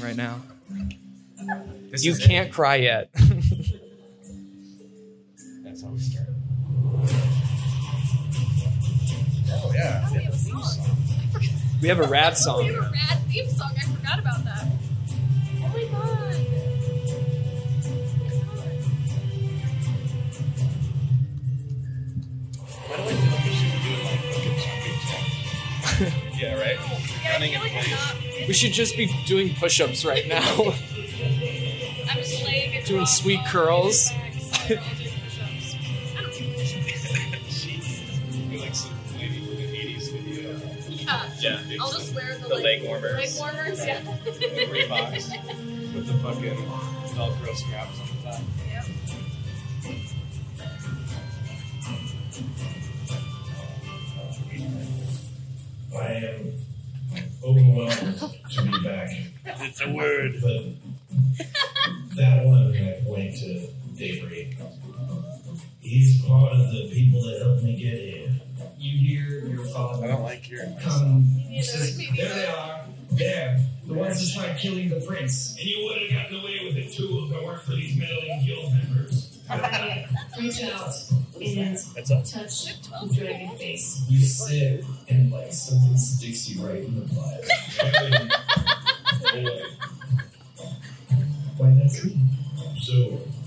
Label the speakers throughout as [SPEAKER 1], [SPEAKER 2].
[SPEAKER 1] right now.
[SPEAKER 2] This
[SPEAKER 1] you
[SPEAKER 2] is it.
[SPEAKER 1] can't cry yet.
[SPEAKER 2] That's how we start. Oh yeah.
[SPEAKER 3] Oh, we have a song. I forgot.
[SPEAKER 1] we have a rad
[SPEAKER 3] We have
[SPEAKER 1] song.
[SPEAKER 3] a rad theme song. I forgot about that. Oh my god.
[SPEAKER 2] Why do I feel like we should do it like fucking champion check? Yeah, right?
[SPEAKER 3] Yeah, I
[SPEAKER 2] Running in
[SPEAKER 3] feel like I'm
[SPEAKER 2] place.
[SPEAKER 3] not.
[SPEAKER 1] We should just be doing push ups right now.
[SPEAKER 3] I'm just laying across
[SPEAKER 1] Doing sweet
[SPEAKER 3] all
[SPEAKER 1] curls.
[SPEAKER 3] my backs and I'll do push-ups. I don't do push-ups.
[SPEAKER 2] Jeez. You're like some lady from the 80s video.
[SPEAKER 3] Yeah.
[SPEAKER 2] Yeah.
[SPEAKER 3] I'll just wear the,
[SPEAKER 2] the
[SPEAKER 3] like,
[SPEAKER 2] leg warmers.
[SPEAKER 3] leg warmers. Yeah.
[SPEAKER 2] The Reeboks with the fucking Velcro straps on the top.
[SPEAKER 3] Yep.
[SPEAKER 4] I am overwhelmed to be back. It's a word. But that one I point to Davery. He's part of the people that helped me get here. You hear your
[SPEAKER 2] I
[SPEAKER 4] father
[SPEAKER 2] don't like your.
[SPEAKER 4] come.
[SPEAKER 3] Me neither, me
[SPEAKER 4] There they
[SPEAKER 3] neither.
[SPEAKER 4] are. There. The ones that tried killing the prince. And you would have gotten away with it too if it weren't for these meddling guild members.
[SPEAKER 5] Reach out and
[SPEAKER 2] That's us.
[SPEAKER 5] touch
[SPEAKER 3] They're
[SPEAKER 5] the
[SPEAKER 3] 12 years
[SPEAKER 5] dragon face.
[SPEAKER 4] You sit and like something sticks you right in the blood. Why that's me. So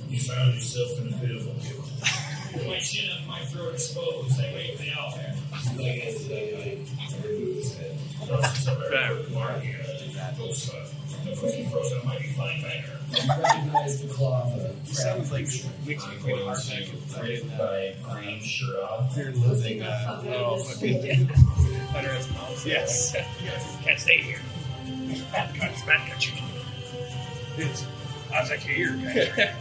[SPEAKER 4] you found yourself in a bit of a pickle. my chin up, my throat exposed. I wait for the out there. Like I said, I, I remove his head. That's a very good mark here. Those, uh, The cookie frozen might be fine later. You recognize the claw of a
[SPEAKER 2] Sounds like we
[SPEAKER 4] I'm
[SPEAKER 2] can't
[SPEAKER 4] going
[SPEAKER 2] wait
[SPEAKER 4] to
[SPEAKER 2] our
[SPEAKER 4] rip my green shirt off.
[SPEAKER 2] You're living uh, oh, fucking under his mouth. Yes. yes. Can't stay here. Bad cuts, bad cuts. It's I was like here, guys.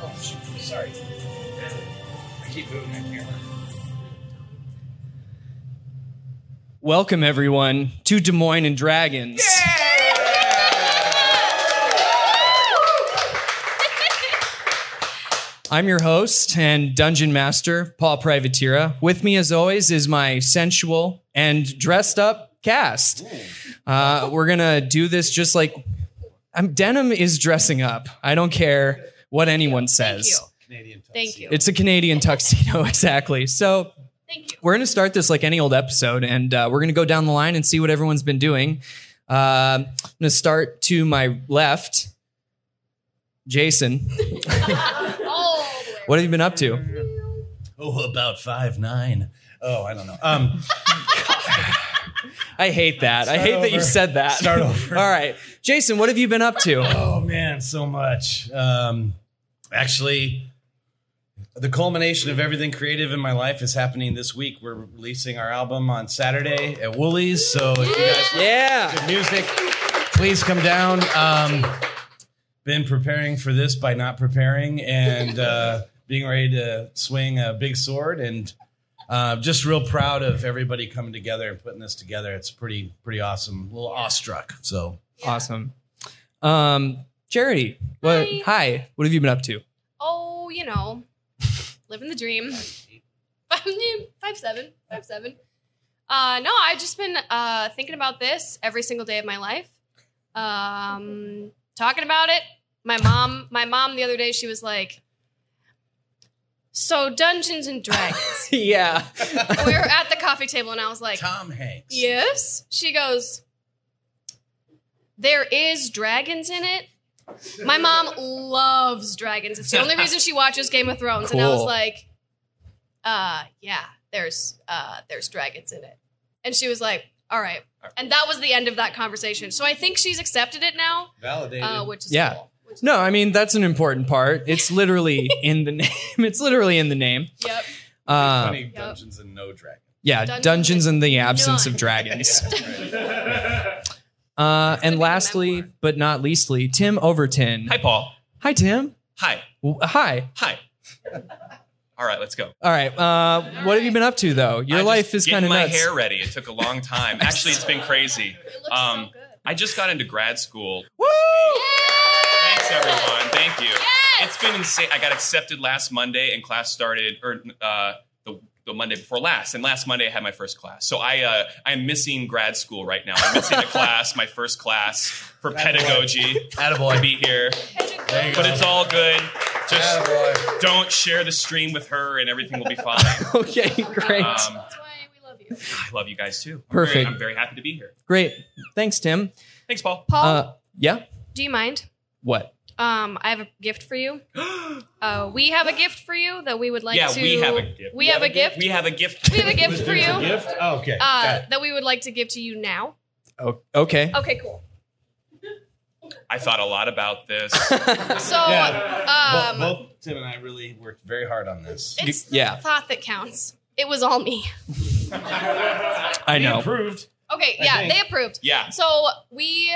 [SPEAKER 2] oh shoot. Sorry. I keep moving my camera.
[SPEAKER 1] Welcome, everyone, to Des Moines and Dragons. I'm your host and dungeon master, Paul Privateera. With me, as always, is my sensual and dressed up cast. Uh, we're going to do this just like I'm, Denim is dressing up. I don't care what anyone
[SPEAKER 3] Thank you.
[SPEAKER 1] says.
[SPEAKER 2] Canadian tuxedo.
[SPEAKER 3] Thank you.
[SPEAKER 1] It's a Canadian tuxedo, exactly. So
[SPEAKER 3] Thank you.
[SPEAKER 1] we're going to start this like any old episode, and uh, we're going to go down the line and see what everyone's been doing. Uh, I'm going to start to my left. Jason,
[SPEAKER 3] All the way.
[SPEAKER 1] what have you been up to?
[SPEAKER 6] Oh, about five nine. Oh, I don't know. Um,
[SPEAKER 1] I hate that. I
[SPEAKER 6] Start
[SPEAKER 1] hate that you
[SPEAKER 6] over.
[SPEAKER 1] said that.
[SPEAKER 6] Start over.
[SPEAKER 1] All right, Jason, what have you been up to?
[SPEAKER 6] oh man, so much. Um, actually, the culmination of everything creative in my life is happening this week. We're releasing our album on Saturday at Woolies. So if you guys
[SPEAKER 1] Yeah,
[SPEAKER 6] good music, please come down. Um, been preparing for this by not preparing and uh, being ready to swing a big sword and. Uh, just real proud of everybody coming together and putting this together. It's pretty pretty awesome. A little awestruck. So
[SPEAKER 1] awesome. Um, Charity, what?
[SPEAKER 3] Hi.
[SPEAKER 1] Hi, what have you been up to?
[SPEAKER 3] Oh, you know, living the dream. Five, five seven, five seven. Uh, no, I've just been uh, thinking about this every single day of my life. Um, talking about it. My mom, my mom, the other day, she was like, "So Dungeons and Dragons."
[SPEAKER 1] yeah,
[SPEAKER 3] we were at the coffee table, and I was like,
[SPEAKER 6] Tom Hanks.
[SPEAKER 3] Yes. She goes, There is dragons in it. My mom loves dragons. It's the only reason she watches Game of Thrones. And I was
[SPEAKER 1] Cool.
[SPEAKER 3] like, uh, yeah, there's uh there's dragons in it. And she was like, All right. And that was the end of that conversation. So I think she's accepted it now,
[SPEAKER 6] Validated.
[SPEAKER 3] uh, which is
[SPEAKER 1] Yeah.
[SPEAKER 3] cool. Which is-
[SPEAKER 1] No, I mean that's an important part. It's literally in the name. It's literally in the name.
[SPEAKER 3] Yep.
[SPEAKER 1] Uh,
[SPEAKER 6] Funny
[SPEAKER 3] Yep.
[SPEAKER 6] Dungeons and No Dragon.
[SPEAKER 1] yeah,
[SPEAKER 3] Dungeons
[SPEAKER 1] dungeons in the absence
[SPEAKER 3] None.
[SPEAKER 1] of dragons. Uh,
[SPEAKER 3] gonna be
[SPEAKER 1] and
[SPEAKER 3] the
[SPEAKER 1] lastly,
[SPEAKER 3] memoir.
[SPEAKER 1] but not leastly, Tim Overton.
[SPEAKER 7] Hi, Paul.
[SPEAKER 1] Hi, Tim.
[SPEAKER 7] Hi.
[SPEAKER 1] W- Hi.
[SPEAKER 7] Hi. All right, let's go.
[SPEAKER 1] All right. Uh, what have you been up to though? Your
[SPEAKER 7] I just
[SPEAKER 1] life is
[SPEAKER 7] getting
[SPEAKER 1] kind of
[SPEAKER 7] my
[SPEAKER 1] nuts.
[SPEAKER 7] hair ready. It took a long time. Actually, it's been crazy.
[SPEAKER 3] It looks
[SPEAKER 7] Um,
[SPEAKER 3] so good.
[SPEAKER 7] I just got into grad school.
[SPEAKER 1] Woo!
[SPEAKER 7] Thanks, everyone. Thank you. It's been insane. I got accepted last Monday, and class started, or uh, the the Monday before last, and last Monday I had my first class. So I uh, I'm missing grad school right now. I'm missing a class, my first class for pedagogy to
[SPEAKER 6] Attaboy.
[SPEAKER 7] be here,
[SPEAKER 6] There you go.
[SPEAKER 7] but it's all good. Just
[SPEAKER 6] Attaboy.
[SPEAKER 7] don't share the stream with her, and everything will be fine.
[SPEAKER 1] Okay, great.
[SPEAKER 7] Um,
[SPEAKER 3] That's why we love you.
[SPEAKER 7] I love you guys too. I'm
[SPEAKER 1] Perfect.
[SPEAKER 7] Very, I'm very happy to be here.
[SPEAKER 1] great. Thanks, Tim.
[SPEAKER 7] Thanks, Paul.
[SPEAKER 3] Paul,
[SPEAKER 1] Uh, yeah?
[SPEAKER 3] do you mind?
[SPEAKER 1] What?
[SPEAKER 3] Um, I have a gift for you. Uh, we have a gift for you that we would like
[SPEAKER 7] yeah,
[SPEAKER 3] to.
[SPEAKER 7] we have a gift.
[SPEAKER 3] We have a gift.
[SPEAKER 7] We have a gift.
[SPEAKER 3] We have a gift for
[SPEAKER 6] There's a
[SPEAKER 3] you.
[SPEAKER 6] gift? Oh, okay. Got
[SPEAKER 3] Uh,
[SPEAKER 6] it.
[SPEAKER 3] that we would like to give to you now.
[SPEAKER 1] O- okay.
[SPEAKER 3] Okay, cool.
[SPEAKER 7] I thought a lot about this.
[SPEAKER 3] So,
[SPEAKER 6] Yeah.
[SPEAKER 3] um,
[SPEAKER 6] both, both Tim and I really worked very hard on this.
[SPEAKER 3] it's the
[SPEAKER 1] Yeah.
[SPEAKER 3] thought that counts. It was all me.
[SPEAKER 1] I
[SPEAKER 6] We
[SPEAKER 1] know.
[SPEAKER 6] Approved.
[SPEAKER 3] Okay,
[SPEAKER 6] I
[SPEAKER 3] yeah,
[SPEAKER 6] think-
[SPEAKER 3] they approved.
[SPEAKER 7] Yeah.
[SPEAKER 3] So we,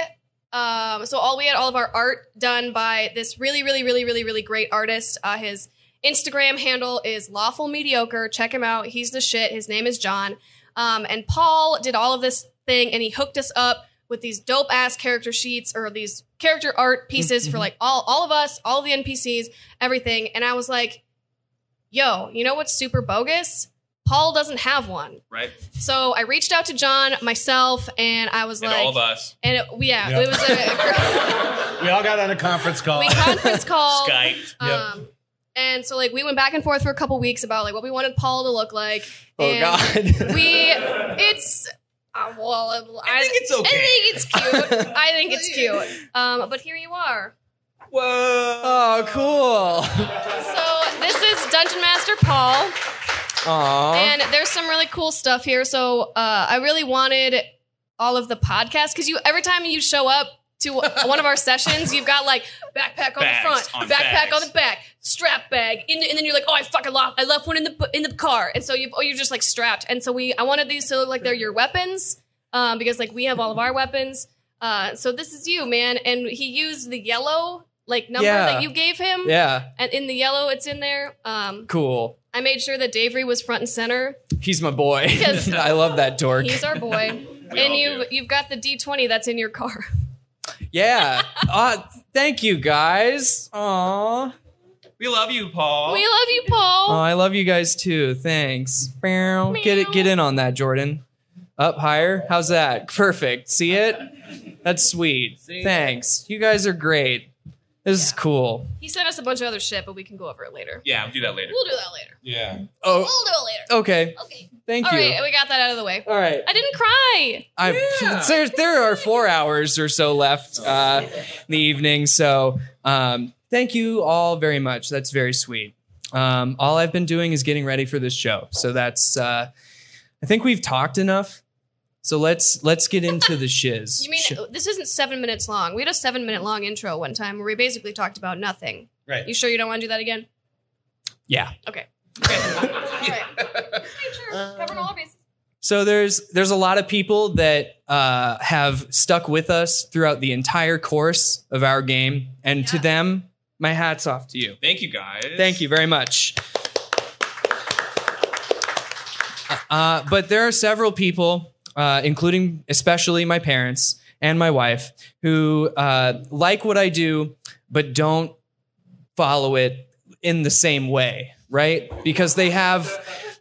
[SPEAKER 3] um, so all we had all of our art done by this really, really, really, really, really great artist. Uh, his Instagram handle is lawful mediocre. Check him out. He's the shit. His name is John. Um, and Paul did all of this thing, and he hooked us up with these dope ass character sheets or these character art pieces for like all all of us, all the NPCs, everything. And I was like, "Yo, you know what's super bogus? Paul doesn't have one."
[SPEAKER 7] Right?
[SPEAKER 3] So I reached out to John, myself, and I was
[SPEAKER 7] And
[SPEAKER 3] like,
[SPEAKER 7] all of us.
[SPEAKER 3] and it, yeah,
[SPEAKER 6] Yeah.
[SPEAKER 3] it was a
[SPEAKER 6] We all got on a conference call.
[SPEAKER 3] we conference call.
[SPEAKER 7] Skype.
[SPEAKER 6] Oh. Yep.
[SPEAKER 3] Um, and so like we went back and forth for a couple weeks about like what we wanted Paul to look like.
[SPEAKER 1] Oh,
[SPEAKER 3] and
[SPEAKER 1] God.
[SPEAKER 3] We it's uh, well, I,
[SPEAKER 7] think it's okay.
[SPEAKER 3] I think it's cute. I think it's cute. Um, but here you are.
[SPEAKER 1] oh, cool.
[SPEAKER 3] So this is Dungeon Master Paul.
[SPEAKER 1] Aw.
[SPEAKER 3] And there's some really cool stuff here. So uh, I really wanted all of the podcasts because you every time you show up to one of our sessions, you've got like backpack on the
[SPEAKER 7] Bags
[SPEAKER 3] front,
[SPEAKER 7] on
[SPEAKER 3] backpack
[SPEAKER 7] bags.
[SPEAKER 3] on the back, strap bag, in, and then you're like, oh, I fucking lost, I left one in the bu- in the car, and so you oh, you're just like strapped. And so we I wanted these to look like they're your weapons um, because like we have all of our weapons. Uh, so this is you, man, and he used the yellow like number
[SPEAKER 1] Yeah.
[SPEAKER 3] that you gave him,
[SPEAKER 1] yeah,
[SPEAKER 3] and in the yellow it's in there. Um,
[SPEAKER 1] cool.
[SPEAKER 3] I made sure that Davery was front and center.
[SPEAKER 1] He's my boy.
[SPEAKER 3] Yes.
[SPEAKER 1] I love that dork.
[SPEAKER 3] He's our boy.
[SPEAKER 7] all
[SPEAKER 3] and you
[SPEAKER 7] do.
[SPEAKER 3] you've got the D twenty that's in your car.
[SPEAKER 1] yeah. Uh, thank you guys.
[SPEAKER 3] Oh.
[SPEAKER 1] Aw.
[SPEAKER 7] We love you, Paul.
[SPEAKER 3] We love you,
[SPEAKER 1] Oh,
[SPEAKER 3] Paul.
[SPEAKER 1] I love you guys too. Thanks. Meow. Get it. Get in on that, Jordan. Up higher. How's that? Perfect. See it? That's sweet.
[SPEAKER 6] See?
[SPEAKER 1] Thanks. You guys are great. This is cool.
[SPEAKER 3] He sent us a bunch of other shit, but we can go over it later.
[SPEAKER 7] yeah, we'll do that later.
[SPEAKER 3] We'll do that later.
[SPEAKER 6] yeah.
[SPEAKER 1] Oh,
[SPEAKER 3] We'll do it later.
[SPEAKER 1] okay.
[SPEAKER 3] Okay.
[SPEAKER 1] Thank
[SPEAKER 3] All
[SPEAKER 1] you.
[SPEAKER 3] right, we got that out of the way.
[SPEAKER 1] All right.
[SPEAKER 3] I didn't cry.
[SPEAKER 1] I,
[SPEAKER 7] Yeah.
[SPEAKER 1] there, there are four hours or so left uh, in the evening. So um, thank you all very much. That's very sweet. Um, all I've been doing is getting ready for this show. So that's, uh, I think we've talked enough. So let's let's get into the shiz.
[SPEAKER 3] You mean uh,
[SPEAKER 1] Sh-
[SPEAKER 3] this isn't seven minutes long? We had a seven minute long intro one time where we basically talked about nothing.
[SPEAKER 6] Right.
[SPEAKER 3] You sure you don't want to do that again?
[SPEAKER 1] yeah.
[SPEAKER 3] Okay. All right.
[SPEAKER 1] Uh.
[SPEAKER 3] Sure. Covering all our bases.
[SPEAKER 1] So there's there's a lot of people that uh, have stuck with us throughout the entire course of our game, and to
[SPEAKER 3] Yeah.
[SPEAKER 1] them, my hats off to you.
[SPEAKER 7] Thank you guys.
[SPEAKER 1] Thank you very much. Uh, but there are several people, uh, including especially my parents and my wife, who uh, like what I do, but don't follow it in the same way, right? Because they have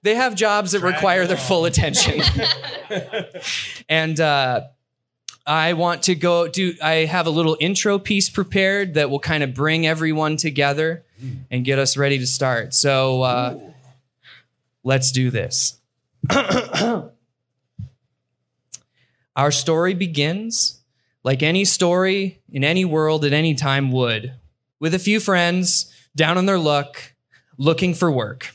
[SPEAKER 1] they have jobs that require their full attention, and. Uh, I want to go do I have a little intro piece prepared that will kind of bring everyone together Mm-hmm. and get us ready to start. So uh, let's do this. Our story begins like any story in any world at any time would, with a few friends down on their luck looking for work.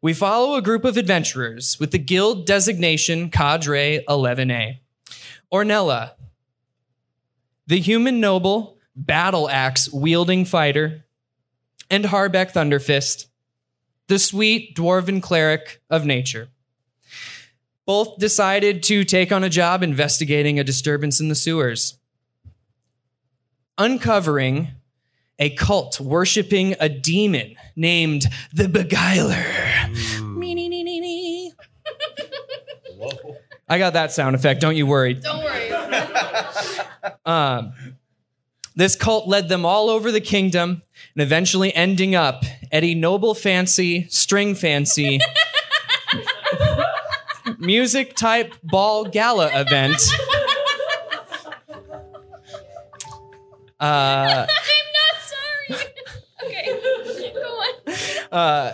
[SPEAKER 1] We follow a group of adventurers with the guild designation Cadre 11A. Ornella, the human noble, battle axe wielding fighter, and Harbeck Thunderfist, the sweet dwarven cleric of nature. Both decided to take on a job investigating a disturbance in the sewers, uncovering a cult worshiping a demon named the Beguiler. Me-nee-nee-nee-nee. I got that sound effect, don't you worry.
[SPEAKER 3] Don't worry.
[SPEAKER 1] Um, this cult led them all over the kingdom and eventually ending up at a noble fancy, string fancy, music type ball gala event. Uh,
[SPEAKER 3] I'm not sorry. okay, go on.
[SPEAKER 1] uh,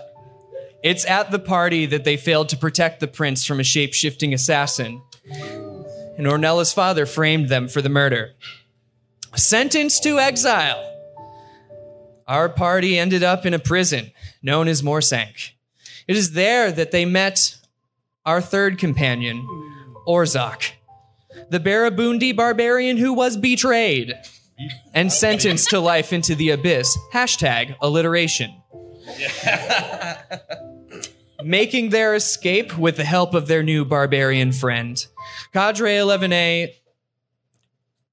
[SPEAKER 1] it's at the party that they failed to protect the prince from a shape shifting assassin. And Ornella's father framed them for the murder. Sentenced to exile. Our party ended up in a prison known as Morsank. It is there that they met our third companion, Orzok, the Barabundi barbarian who was betrayed and sentenced to life into the abyss. Hashtag alliteration making their escape with the help of their new barbarian friend. Cadre 11A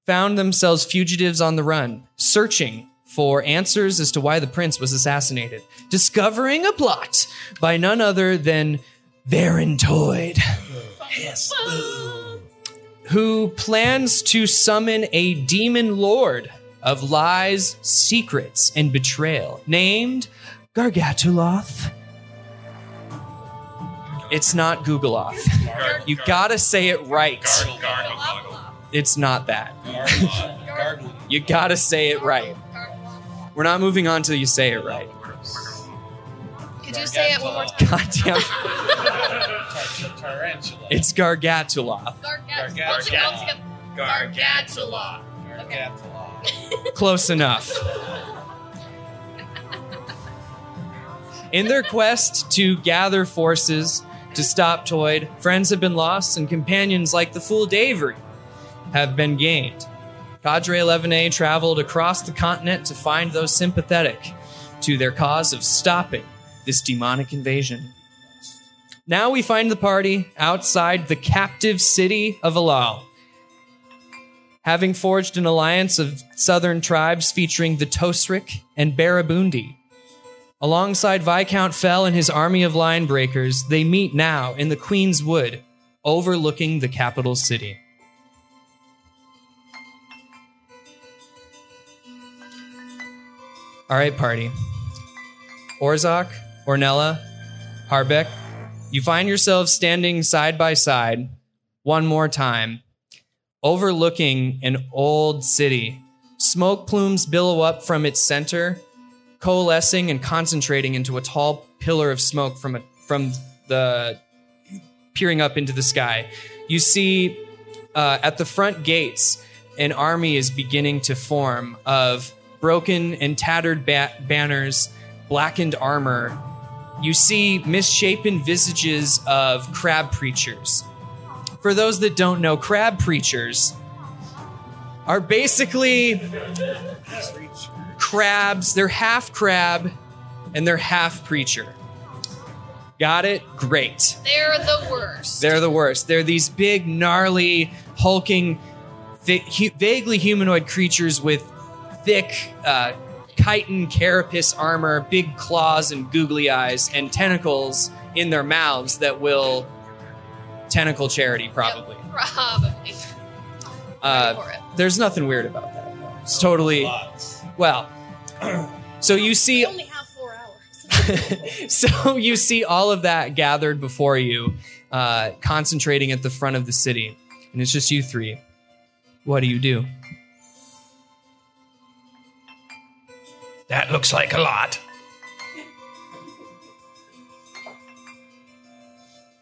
[SPEAKER 1] found themselves fugitives on the run, searching for answers as to why the prince was assassinated, discovering a plot by none other than Varentoid, who plans to summon a demon lord of lies, secrets, and betrayal named Gargatuloth. It's not Googleoff.
[SPEAKER 7] Gar-
[SPEAKER 1] You
[SPEAKER 7] gar-
[SPEAKER 1] gotta say it right.
[SPEAKER 7] Gargle, gargle, gargle.
[SPEAKER 1] It's not that.
[SPEAKER 7] Gargle.
[SPEAKER 6] Gargle.
[SPEAKER 1] You gotta say it right. We're not moving on till you say it right.
[SPEAKER 3] Could you say it one more time?
[SPEAKER 1] Goddamn,
[SPEAKER 6] Tar- Tarantula.
[SPEAKER 1] it's Gargatuloth.
[SPEAKER 3] Gargat.
[SPEAKER 6] Gargat-
[SPEAKER 3] What's it called
[SPEAKER 7] Gargat-
[SPEAKER 3] together?
[SPEAKER 7] Gargle.
[SPEAKER 3] Gargatula.
[SPEAKER 6] Gargantula.
[SPEAKER 1] Close enough. In their quest to gather forces to stop Toid, friends have been lost and companions like the fool Davery have been gained. Cadre 11A traveled across the continent to find those sympathetic to their cause of stopping this demonic invasion. Now we find the party outside the captive city of Alal having forged an alliance of southern tribes featuring the Tosric and Barabundi. Alongside Viscount Fell and his army of line breakers, they meet now in the Queen's Wood, overlooking the capital city. All right, party. Orzok, Ornella, Harbeck, you find yourselves standing side by side one more time overlooking an old city. Smoke plumes billow up from its center, coalescing and concentrating into a tall pillar of smoke from a, from the peering up into the sky. You see uh, at the front gates, an army is beginning to form of broken and tattered ba- banners, blackened armor. You see misshapen visages of crab preachers for those that don't know, crab preachers are basically crabs. They're half crab and they're half preacher. Got it? Great.
[SPEAKER 3] They're the worst.
[SPEAKER 1] They're the worst. They're these big, gnarly, hulking, thi- hu- vaguely humanoid creatures with thick uh, chitin carapace armor, big claws and googly eyes, and tentacles in their mouths that will tentacle charity, probably.
[SPEAKER 3] Yep, probably.
[SPEAKER 1] Uh,
[SPEAKER 3] Go for it.
[SPEAKER 1] there's nothing weird about that. It's totally
[SPEAKER 6] Lots.
[SPEAKER 1] well. So you see,
[SPEAKER 3] We only have four hours.
[SPEAKER 1] so you see all of that gathered before you, uh, concentrating at the front of the city, and it's just you three. What do you do?
[SPEAKER 2] That looks like a lot.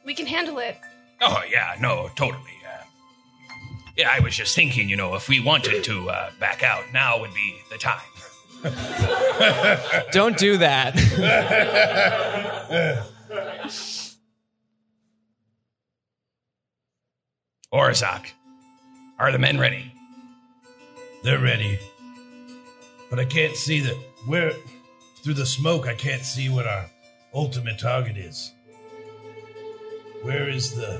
[SPEAKER 3] we can handle it.
[SPEAKER 2] Oh yeah, no, totally. Uh, yeah, I was just thinking, you know, if we wanted to uh, back out, now would be the time.
[SPEAKER 1] Don't do that.
[SPEAKER 2] Orzak, are the men ready?
[SPEAKER 6] They're ready. But I can't see that. Where. Through the smoke, I can't see what our ultimate target is. Where is the.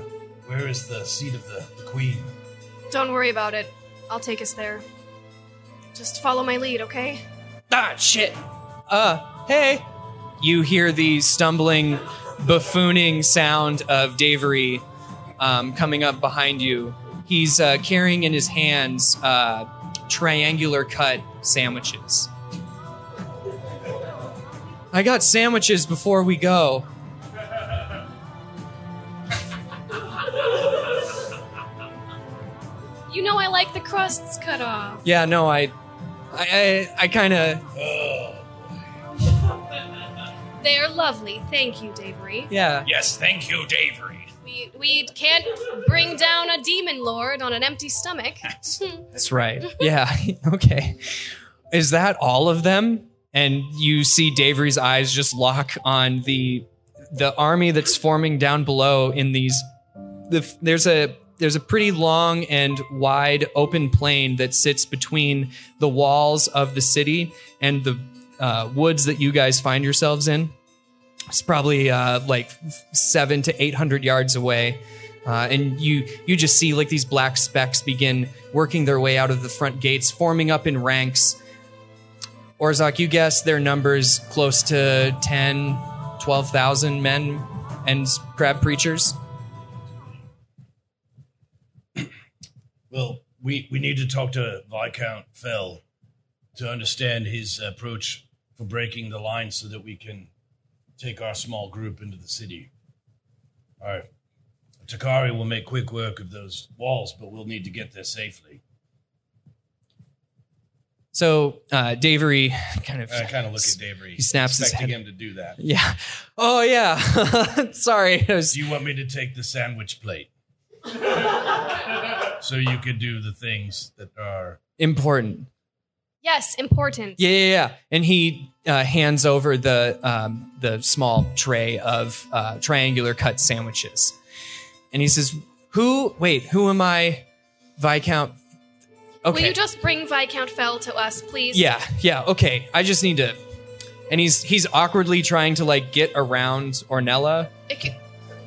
[SPEAKER 6] Where is the seat of the, the queen?
[SPEAKER 3] Don't worry about it. I'll take us there. Just follow my lead, okay?
[SPEAKER 1] ah, shit. Uh, hey. You hear the stumbling, buffooning sound of Davery um, coming up behind you. He's uh, carrying in his hands uh, triangular cut sandwiches. I got sandwiches before we go.
[SPEAKER 3] You know I like the crusts cut off.
[SPEAKER 1] Yeah, no, I, I, I, I kind of,
[SPEAKER 6] Oh.
[SPEAKER 3] They're lovely. Thank you, Davery.
[SPEAKER 1] yeah.
[SPEAKER 2] Yes, thank you, Davery.
[SPEAKER 3] We, we can't bring down a demon lord on an empty stomach.
[SPEAKER 1] That's right. Yeah. okay. Is that all of them? And you see Davery's eyes just lock on the the army that's forming down below in these the, there's a there's a pretty long and wide open plain that sits between the walls of the city and the uh, woods that you guys find yourselves in. It's probably uh, like seven to eight hundred yards away, uh, and you you just see like these black specks begin working their way out of the front gates, forming up in ranks. Orzak, you guess their numbers close to 10, 12,000 men and crab preachers.
[SPEAKER 6] Well, we, we need to talk to Viscount Fell to understand his approach for breaking the line so that we can take our small group into the city. All right. Takari will make quick work of those walls, but we'll need to get there safely.
[SPEAKER 1] So uh, Davery kind of
[SPEAKER 6] I kind of look at Davery.
[SPEAKER 1] He snaps his
[SPEAKER 6] expecting
[SPEAKER 1] head.
[SPEAKER 6] him to do that.
[SPEAKER 1] Yeah. Oh yeah. Sorry. I was-
[SPEAKER 6] Do you want me to take the sandwich plate? so you can do the things that are
[SPEAKER 1] important.
[SPEAKER 3] yes, important.
[SPEAKER 1] Yeah, yeah, yeah. And he uh, hands over the um, the small tray of uh, triangular cut sandwiches, and he says, "Who? Wait, who am I, Viscount?" Okay.
[SPEAKER 3] Will you just bring Viscount Fell to us, please?
[SPEAKER 1] Yeah, yeah, okay. I just need to. And he's he's awkwardly trying to like get around Ornella.
[SPEAKER 3] It could-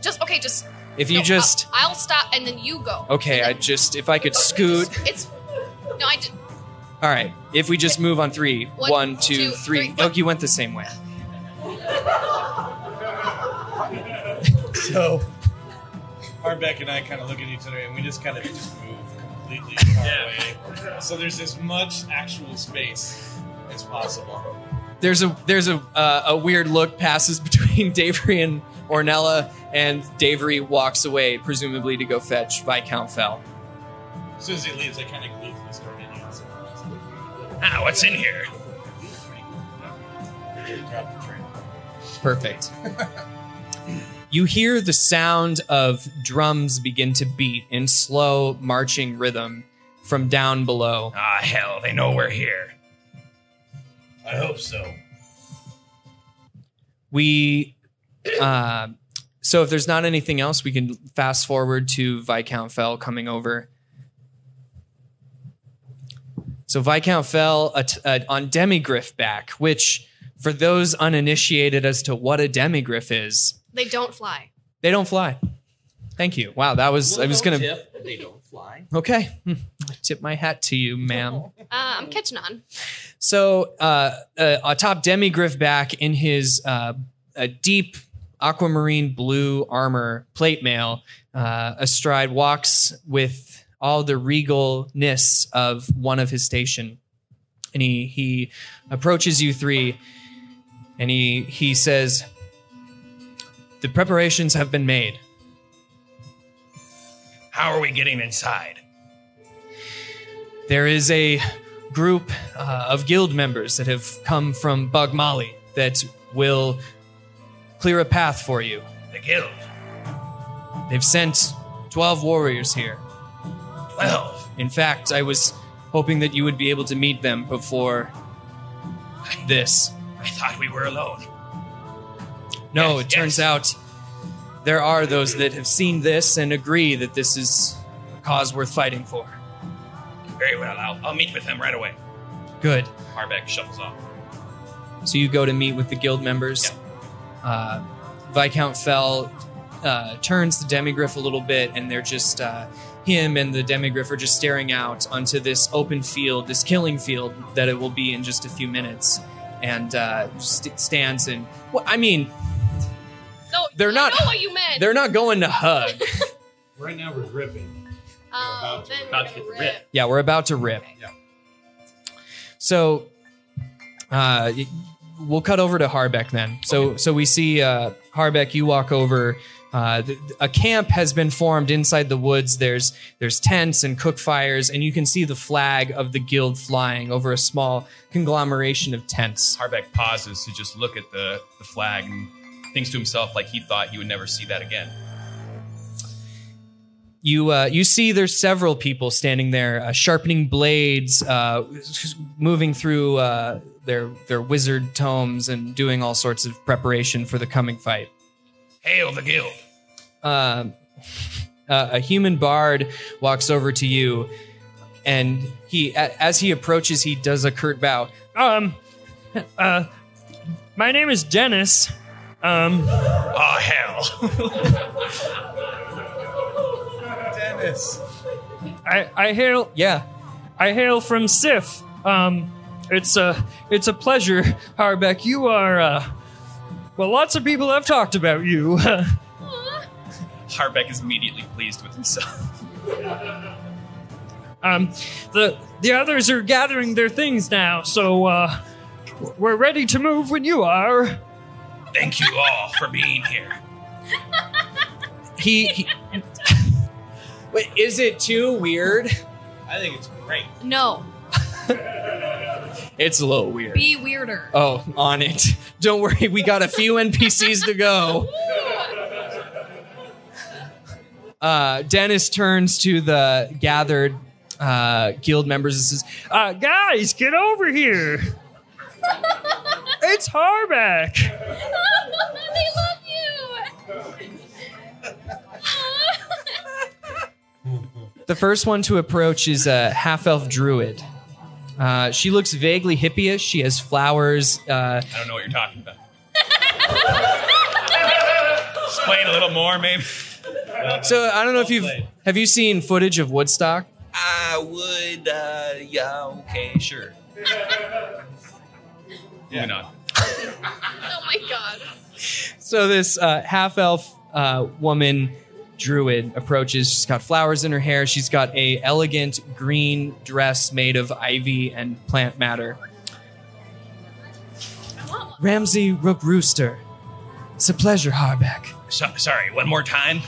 [SPEAKER 3] just okay. Just
[SPEAKER 1] If you
[SPEAKER 3] no, uh,
[SPEAKER 1] just
[SPEAKER 3] I'll, I'll stop and then you go.
[SPEAKER 1] okay, I just if I could scoot.
[SPEAKER 3] It's no, I did.
[SPEAKER 1] All right. If we just move on three,
[SPEAKER 3] One,
[SPEAKER 1] one, two, three.
[SPEAKER 3] two, three.
[SPEAKER 1] Oh, you went the same way.
[SPEAKER 6] So Harbeck and I kind of look at each other and we just kind of just move completely far away. So there's as much actual space as possible.
[SPEAKER 1] There's a there's a uh, a weird look passes between Davery and Ornella, and Davery walks away, presumably to go fetch Viscount Fell.
[SPEAKER 6] As soon as he leaves, I kind of gleefully start in the
[SPEAKER 2] Ah, what's in here?
[SPEAKER 6] Grab the train.
[SPEAKER 1] Perfect. you hear the sound of drums begin to beat in slow marching rhythm from down below.
[SPEAKER 2] Ah, hell, they know we're here.
[SPEAKER 6] I hope so.
[SPEAKER 1] We, uh, so if there's not anything else, we can fast forward to Viscount Fell coming over. So Viscount Fell a t- a- on Demigriff back, which for those uninitiated as to what a Demigriff is,
[SPEAKER 3] They don't fly.
[SPEAKER 1] they don't fly. Thank you. Wow, that was I was gonna.
[SPEAKER 8] They don't fly.
[SPEAKER 1] Okay. Hmm. I tip my hat to you, ma'am.
[SPEAKER 3] Uh, I'm catching on.
[SPEAKER 1] So, uh, uh, atop Demigriff back in his uh, a deep aquamarine blue armor plate mail, uh, astride walks with all the regalness of one of his station. And he, he approaches you three and he, he says, The preparations have been made.
[SPEAKER 2] How are we getting inside?
[SPEAKER 1] There is a group uh, of guild members that have come from Bug Mali that will clear a path for you.
[SPEAKER 2] The guild.
[SPEAKER 1] They've sent 12 warriors here.
[SPEAKER 2] Twelve.
[SPEAKER 1] In fact, I was hoping that you would be able to meet them before this.
[SPEAKER 2] I thought we were alone.
[SPEAKER 1] No,
[SPEAKER 2] Yes,
[SPEAKER 1] it turns
[SPEAKER 2] yes.
[SPEAKER 1] out there are those that have seen this and agree that this is a cause worth fighting for.
[SPEAKER 2] Very well, I'll, I'll meet with them right away.
[SPEAKER 1] Good.
[SPEAKER 2] Harbeck shuffles off.
[SPEAKER 1] So you go to meet with the guild members. Uh, Viscount Fell uh, turns the demigriff a little bit, and they're just uh, him and the demigriff are just staring out onto this open field, this killing field that it will be in just a few minutes, and uh, st- stands and well, I mean,
[SPEAKER 3] No,
[SPEAKER 1] They're
[SPEAKER 3] I
[SPEAKER 1] not-
[SPEAKER 3] Know what you meant.
[SPEAKER 1] they're not going to hug.
[SPEAKER 8] Right now we're ripping.
[SPEAKER 3] Oh, then
[SPEAKER 7] about
[SPEAKER 3] we're
[SPEAKER 7] to hit the
[SPEAKER 3] gonna
[SPEAKER 7] rip.
[SPEAKER 3] rip.
[SPEAKER 1] yeah, we're about to rip.
[SPEAKER 3] Okay.
[SPEAKER 1] So uh, y- we'll cut over to Harbeck then. So so we see uh, Harbeck, you walk over Uh, th- a camp has been formed inside the woods. There's there's tents and cook fires, and you can see the flag of the guild flying over a small conglomeration of tents.
[SPEAKER 7] Harbeck pauses to just look at the, the flag and thinks to himself like he thought he would never see that again.
[SPEAKER 1] you uh, you see there's several people standing there uh, sharpening blades uh, moving through uh, their their wizard tomes and doing all sorts of preparation for the coming fight
[SPEAKER 7] Hail the guild!
[SPEAKER 1] uh, a human bard walks over to you and he a- as he approaches he does a curt bow
[SPEAKER 9] Um, uh, my name is Dennis. Um,
[SPEAKER 7] Oh, hell!
[SPEAKER 6] Dennis.
[SPEAKER 9] I, I hail
[SPEAKER 1] yeah
[SPEAKER 9] I hail from Sif. Um, it's a it's a pleasure, Harbeck. You are uh, well, lots of people have talked about you.
[SPEAKER 7] Harbeck is immediately pleased with himself.
[SPEAKER 9] um, the the others are gathering their things now, so uh, we're ready to move when you are.
[SPEAKER 7] Thank you all for being here.
[SPEAKER 1] he, he Wait, is it too weird
[SPEAKER 6] I think it's great.
[SPEAKER 3] No,
[SPEAKER 1] it's a little weird
[SPEAKER 3] be weirder.
[SPEAKER 1] Oh, on it. Don't worry, we got a few NPCs to go. Uh, Dennis turns to the gathered uh, guild members and says,
[SPEAKER 9] Uh, guys, get over here. it's Harbeck.
[SPEAKER 1] Uh,
[SPEAKER 3] they love you.
[SPEAKER 1] The first one to approach is a half elf druid. Uh, she looks vaguely hippie ish. She has flowers. Uh,
[SPEAKER 7] I don't know what you're talking about. Explain a little more, maybe.
[SPEAKER 1] so I don't know if you've have you seen footage of Woodstock.
[SPEAKER 7] I would, uh, yeah, okay, sure. Moving on.
[SPEAKER 3] oh my god.
[SPEAKER 1] so this uh, half elf uh, woman druid approaches she's got flowers in her hair she's got a elegant green dress made of ivy and plant matter
[SPEAKER 3] I want one.
[SPEAKER 1] ramsey rook rooster it's a pleasure harbeck
[SPEAKER 7] So, sorry, one more time.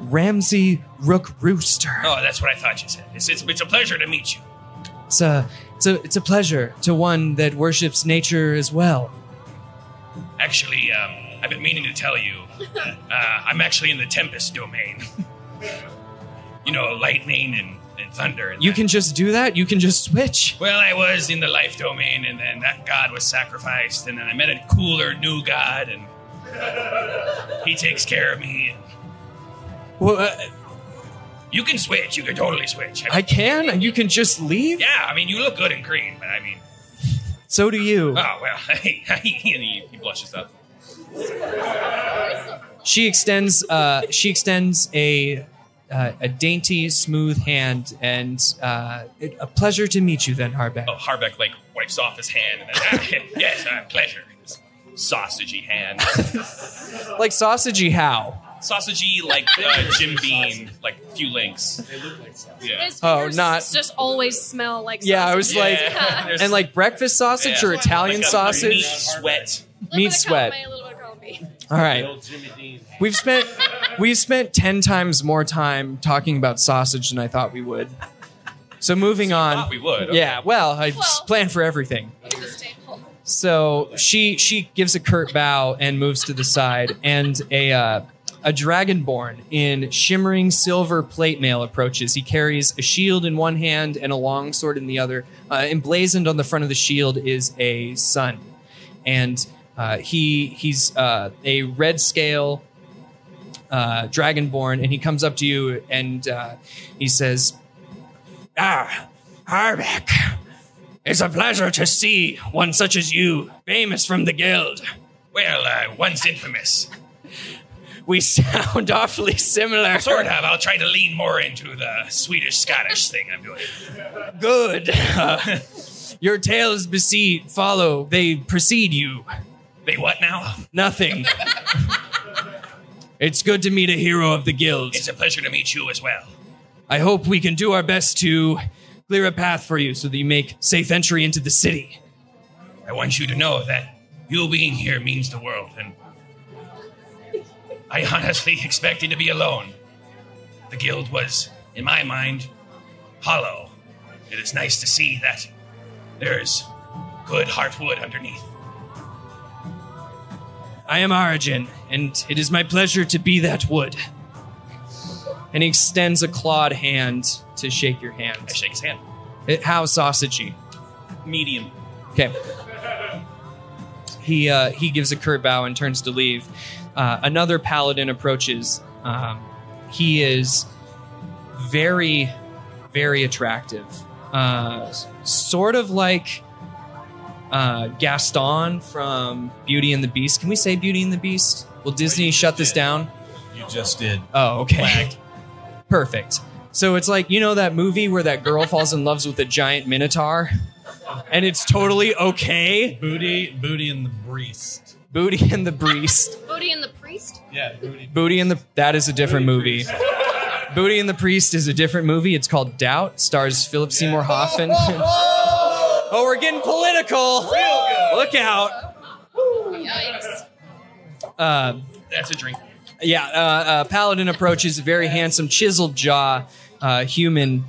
[SPEAKER 1] ramsey rook rooster
[SPEAKER 7] Oh, that's what I thought you said. It's, it's, it's a pleasure to meet you.
[SPEAKER 1] it's a it's a it's a pleasure to one that worships nature as well
[SPEAKER 7] Actually, um, I've been meaning to tell you, uh, I'm actually in the Tempest domain. you know, lightning and, and thunder. And
[SPEAKER 1] you
[SPEAKER 7] that.
[SPEAKER 1] can just do that you can just switch
[SPEAKER 7] Well, I was in the life domain, and then that god was sacrificed, and then I met a cooler new god, and he takes care of me.
[SPEAKER 1] well, uh,
[SPEAKER 7] You can switch. You can totally switch.
[SPEAKER 1] i can and you can just leave
[SPEAKER 7] yeah, I mean, you look good in green, but I mean,
[SPEAKER 1] so do you
[SPEAKER 7] oh well. Hey, and he, he blushes up.
[SPEAKER 1] She extends. Uh, she extends a uh, a dainty, smooth hand, and uh, it, a pleasure to meet you, then Harbeck.
[SPEAKER 7] Oh, Harbeck like wipes off his hand. And then, yes, uh, pleasure. Sausagey hand.
[SPEAKER 1] Like sausagey, how?
[SPEAKER 7] Sausagey like uh, Jim Beam, like a few links. They look like sausage. Yeah.
[SPEAKER 3] His
[SPEAKER 1] Oh,
[SPEAKER 3] ears
[SPEAKER 1] not-
[SPEAKER 3] just always smell like.
[SPEAKER 1] Yeah, I was
[SPEAKER 3] sausage.
[SPEAKER 1] like,
[SPEAKER 7] Yeah. There's-
[SPEAKER 1] and like breakfast sausage or
[SPEAKER 7] Yeah.
[SPEAKER 1] Italian
[SPEAKER 7] Like a meat
[SPEAKER 1] sausage.
[SPEAKER 7] sweat.
[SPEAKER 3] Little
[SPEAKER 1] meat
[SPEAKER 3] bit of
[SPEAKER 1] sweat.
[SPEAKER 3] column A, little bit of column B.
[SPEAKER 1] All right,
[SPEAKER 8] Jimmy Dean.
[SPEAKER 1] we've spent we've spent ten times more time talking about sausage than I thought we would. So moving
[SPEAKER 7] Thought
[SPEAKER 1] on.
[SPEAKER 7] we would.
[SPEAKER 1] Yeah, well, I
[SPEAKER 3] Well-
[SPEAKER 1] plan for everything.
[SPEAKER 3] It's a staple.
[SPEAKER 1] So she she gives a curt bow and moves to the side, and a uh, a dragonborn in shimmering silver plate mail approaches. He carries a shield in one hand and a long sword in the other. Uh, emblazoned on the front of the shield is a sun, and uh, he he's uh, a red scale uh, dragonborn, and he comes up to you and uh, he says,
[SPEAKER 2] Ah, Harbeck. It's a pleasure to see one such as you, famous from the guild.
[SPEAKER 7] Well, uh, one's infamous.
[SPEAKER 2] We sound awfully similar.
[SPEAKER 7] Sort of. I'll try to lean more into the Swedish Scottish thing I'm doing.
[SPEAKER 2] Good.
[SPEAKER 1] "Your tails besiege follow; they precede you."
[SPEAKER 7] They what now?
[SPEAKER 1] Nothing. it's good to meet a hero of the guild.
[SPEAKER 7] It's a pleasure to meet you as well.
[SPEAKER 1] I hope we can do our best to clear a path for you so that you make safe entry into the city.
[SPEAKER 7] I want you to know that you being here means the world, and I honestly expected to be alone. The guild was, in my mind, hollow. It is nice to see that there is good heartwood underneath.
[SPEAKER 1] I am Origin, and it is my pleasure to be that wood. And he extends a clawed hand to shake your
[SPEAKER 7] I
[SPEAKER 1] hand.
[SPEAKER 7] shake his hand.
[SPEAKER 1] It, how sausagey.
[SPEAKER 7] Medium.
[SPEAKER 1] Okay. He uh, he gives a curt bow and turns to leave. Uh, another paladin approaches. Um, he is very, very attractive. Uh, s- sort of like uh, Gaston from Beauty and the Beast. Can we say Beauty and the Beast? Will Disney shut this down?
[SPEAKER 6] You just did.
[SPEAKER 1] Oh, okay. Perfect. So it's like, you know that movie where that girl falls in love with a giant minotaur? And it's totally okay.
[SPEAKER 6] Booty, booty, and the breast.
[SPEAKER 1] Booty and the Breast.
[SPEAKER 3] Booty and the priest.
[SPEAKER 6] Yeah, booty.
[SPEAKER 1] Booty and the that is a different movie. Booty and the Priest is a different movie. It's called Doubt. Stars Philip Seymour Hoffman. oh, we're getting political. Look out.
[SPEAKER 3] Yikes.
[SPEAKER 1] Uh,
[SPEAKER 7] That's a drink.
[SPEAKER 1] yeah, uh, uh, Paladin approaches a very handsome, chiseled jaw uh, human.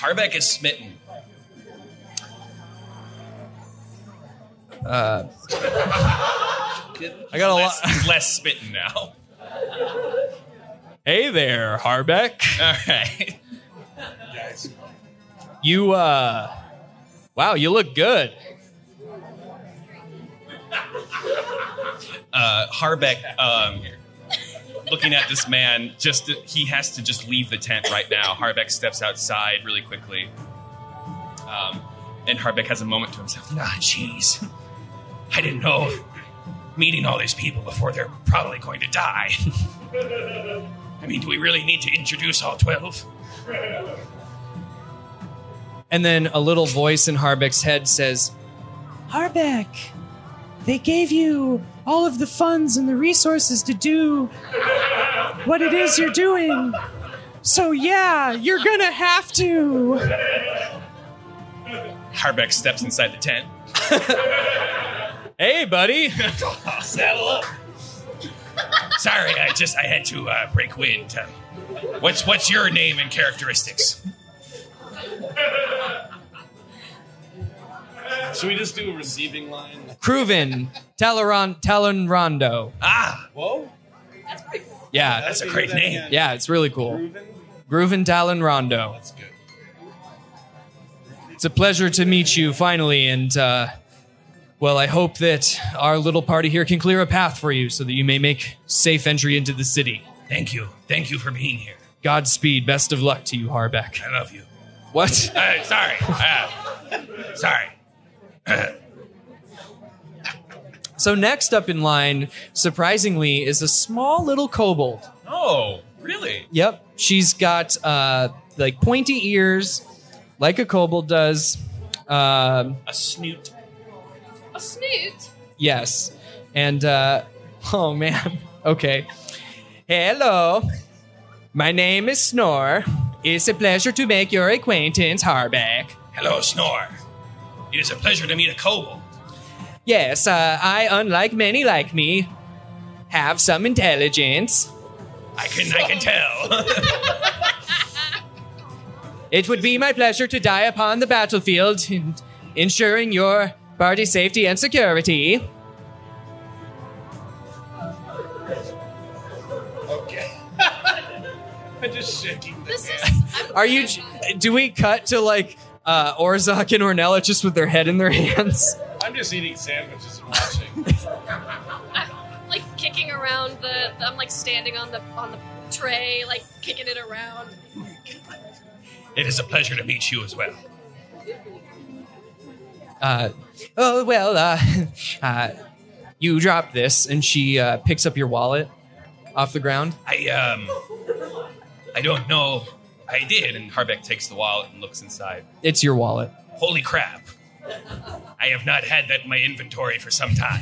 [SPEAKER 7] Harbeck is smitten.
[SPEAKER 1] I got a lot.
[SPEAKER 7] Less, he's less smitten now.
[SPEAKER 1] Hey there, Harbeck.
[SPEAKER 7] All right.
[SPEAKER 1] You, uh, wow, you look good.
[SPEAKER 7] Uh, Harbeck, um, looking at this man, just he has to just leave the tent right now. Harbeck steps outside really quickly, um, and Harbeck has a moment to himself. Ah, jeez, I didn't know meeting all these people before they're probably going to die. I mean, do we really need to introduce all twelve?
[SPEAKER 1] And then a little voice in Harbeck's head says, Harbeck, they gave you all of the funds and the resources to do what it is you're doing. So, yeah, you're gonna have to.
[SPEAKER 7] Harbeck steps inside the tent.
[SPEAKER 1] Hey, buddy.
[SPEAKER 7] Saddle up. Sorry, I just I had to uh, break wind. Um, what's what's your name and characteristics?
[SPEAKER 6] Should we just do a receiving line?
[SPEAKER 1] Cruvin, Talaron, Talon Rondo.
[SPEAKER 7] Ah,
[SPEAKER 6] Whoa,
[SPEAKER 1] Yeah,
[SPEAKER 7] that's a great name.
[SPEAKER 1] yeah, it's really cool.
[SPEAKER 6] Proven.
[SPEAKER 1] Groovin Talon Rondo.
[SPEAKER 6] That's good.
[SPEAKER 1] It's a pleasure to meet you finally, and uh, well, I hope that our little party here can clear a path for you so that you may make safe entry into the city.
[SPEAKER 7] Thank you. Thank you for being here.
[SPEAKER 1] Godspeed, best of luck to you, Harbeck.
[SPEAKER 7] I love you.
[SPEAKER 1] What?
[SPEAKER 7] Uh, sorry. Uh, sorry.
[SPEAKER 1] So, next up in line, surprisingly, is a small little kobold.
[SPEAKER 7] Oh, really?
[SPEAKER 1] Yep, she's got uh, like pointy ears, like a kobold does. Um,
[SPEAKER 7] A snoot.
[SPEAKER 3] A snoot.
[SPEAKER 1] Yes. And uh oh man. Okay. Hello. My name is Snore. It's a pleasure to make your acquaintance, Harbeck.
[SPEAKER 7] Hello, Snore. It is a pleasure to meet a kobold.
[SPEAKER 1] Yes, uh, I, unlike many like me, have some intelligence.
[SPEAKER 7] I can I can tell.
[SPEAKER 1] It would be my pleasure to die upon the battlefield, in- ensuring your party safety and security.
[SPEAKER 8] I just shaking.
[SPEAKER 3] This is. I'm
[SPEAKER 1] Are you? Do we cut to like uh, Orzok and Ornella just with their head in their hands?
[SPEAKER 8] I'm just eating sandwiches and watching.
[SPEAKER 3] I'm, like kicking around the, the. I'm like standing on the on the tray, like kicking it around.
[SPEAKER 7] it is a pleasure to meet you as well.
[SPEAKER 1] uh, oh well uh, uh, you drop this and she uh, picks up your wallet off the ground
[SPEAKER 7] I um I don't know. I did, and Harbeck takes the wallet and looks inside.
[SPEAKER 1] it's your wallet
[SPEAKER 7] Holy crap. I have not had that in my inventory for some time.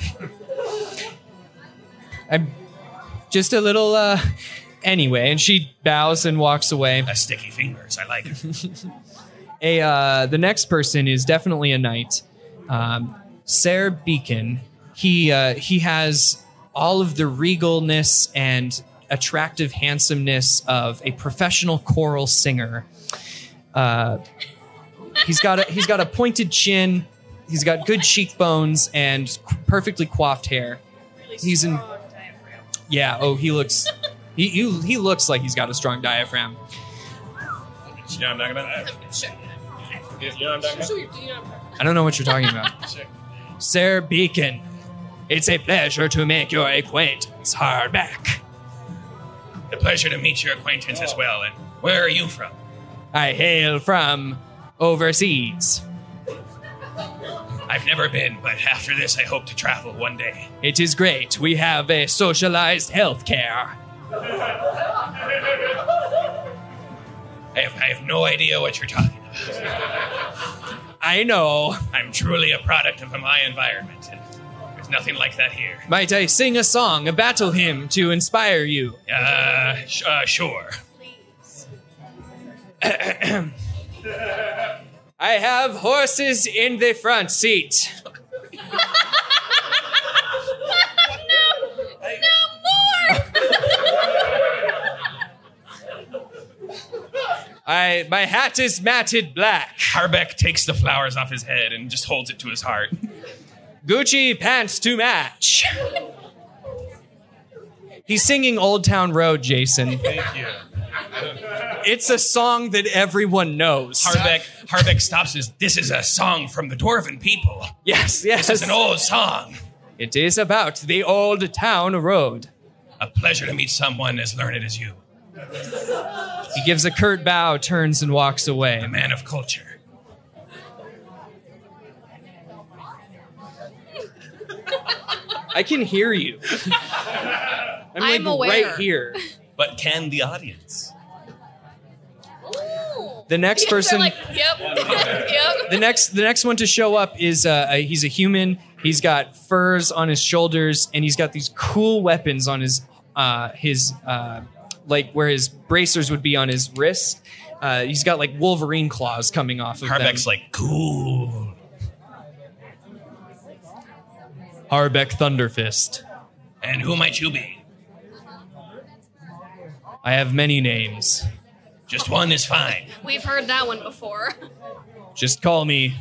[SPEAKER 1] i'm just a little uh, anyway and she bows and walks away
[SPEAKER 7] A sticky fingers, I like it.
[SPEAKER 1] a uh, the next person is definitely a knight um, Ser Beacon he uh, he has all of the regalness and attractive handsomeness of a professional choral singer. Uh, he's got a, he's got a pointed chin. He's got good cheekbones and perfectly coiffed hair. He's in yeah. Oh, he looks he you, he looks like he's got a strong diaphragm.
[SPEAKER 7] You know what I'm talking about? You know what I'm talking about?
[SPEAKER 1] I don't know what you're talking about. Sir Beacon, it's a pleasure to make your acquaintance, Hardback.
[SPEAKER 7] A pleasure to meet your acquaintance as well. And where are you from?
[SPEAKER 1] I hail from overseas.
[SPEAKER 7] I've never been, but after this, I hope to travel one day.
[SPEAKER 1] It is great. We have a socialized healthcare.
[SPEAKER 7] I have, I have no idea what you're talking about.
[SPEAKER 1] I know.
[SPEAKER 7] I'm truly a product of my environment, and there's nothing like that here.
[SPEAKER 1] Might I sing a song, a battle hymn to inspire you?
[SPEAKER 7] Uh, sh- uh sure.
[SPEAKER 1] I have horses in the front seat.
[SPEAKER 3] no, no more.
[SPEAKER 1] I my hat is matted black.
[SPEAKER 7] Harbeck takes the flowers off his head and just holds it to his heart.
[SPEAKER 1] Gucci pants to match. He's singing Old Town Road, Jason.
[SPEAKER 8] Thank you.
[SPEAKER 1] It's a song that everyone knows.
[SPEAKER 7] Harbeck Harbeck stops his. This is a song from the dwarven people.
[SPEAKER 1] Yes, yes.
[SPEAKER 7] It's an old song.
[SPEAKER 1] It is about the Old Town Road.
[SPEAKER 7] A pleasure to meet someone as learned as you,
[SPEAKER 1] He gives a curt bow, turns, and walks away.
[SPEAKER 7] a man of culture.
[SPEAKER 1] I can hear you. I'm, like
[SPEAKER 3] I'm aware.
[SPEAKER 1] right here.
[SPEAKER 7] But can the audience?
[SPEAKER 1] The next person,
[SPEAKER 3] Oh! They're like, yep, yep.
[SPEAKER 1] the next, the next one to show up is uh, a, he's a human. He's got furs on his shoulders, and he's got these cool weapons on his uh, his uh, like where his bracers would be on his wrist. Uh, he's got like Wolverine claws coming off of
[SPEAKER 7] Harbeck's
[SPEAKER 1] them.
[SPEAKER 7] like cool.
[SPEAKER 1] Harbeck Thunderfist.
[SPEAKER 7] And who might you be?
[SPEAKER 1] I have many names.
[SPEAKER 7] Just one is fine.
[SPEAKER 3] We've heard that one before.
[SPEAKER 1] Just call me.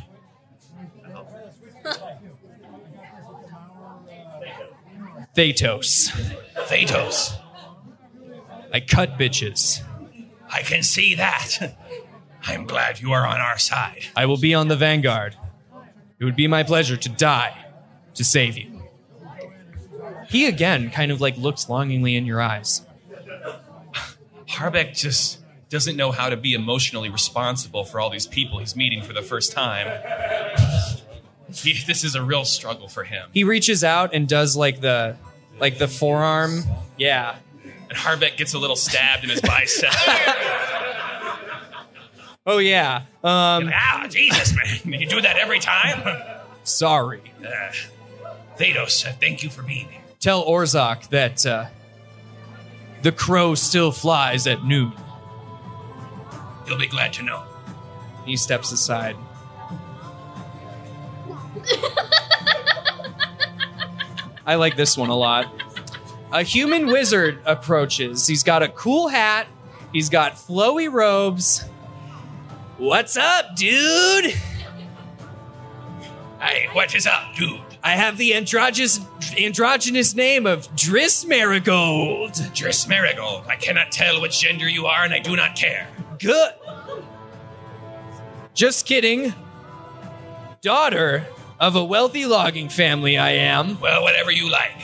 [SPEAKER 1] Thetos.
[SPEAKER 7] Thetos.
[SPEAKER 1] I cut bitches.
[SPEAKER 7] I can see that. I'm glad you are on our side.
[SPEAKER 1] I will be on the vanguard. It would be my pleasure to die to save you. He again kind of like looks longingly in your eyes.
[SPEAKER 7] Harbeck just doesn't know how to be emotionally responsible for all these people he's meeting for the first time. He, this is a real struggle for him.
[SPEAKER 1] He reaches out and does like the like the forearm. Yeah.
[SPEAKER 7] And Harbeck gets a little stabbed in his bicep.
[SPEAKER 1] Oh yeah. Um
[SPEAKER 7] ah, Jesus, man. You do that every time?
[SPEAKER 1] sorry.
[SPEAKER 7] Uh, Thedos, uh, thank you for being here.
[SPEAKER 1] Tell Orzok that uh, the crow still flies at noon.
[SPEAKER 7] He'll be glad to know.
[SPEAKER 1] He steps aside. I like this one a lot. A human wizard approaches. He's got a cool hat, he's got flowy robes. What's up, dude?
[SPEAKER 7] Hey, what is up, dude?
[SPEAKER 1] I have the androgynous, androgynous name of Driss Marigold.
[SPEAKER 7] Driss Marigold. I cannot tell which gender you are, and I do not care.
[SPEAKER 1] Good. Just kidding. Daughter of a wealthy logging family, I am.
[SPEAKER 7] Well, whatever you like.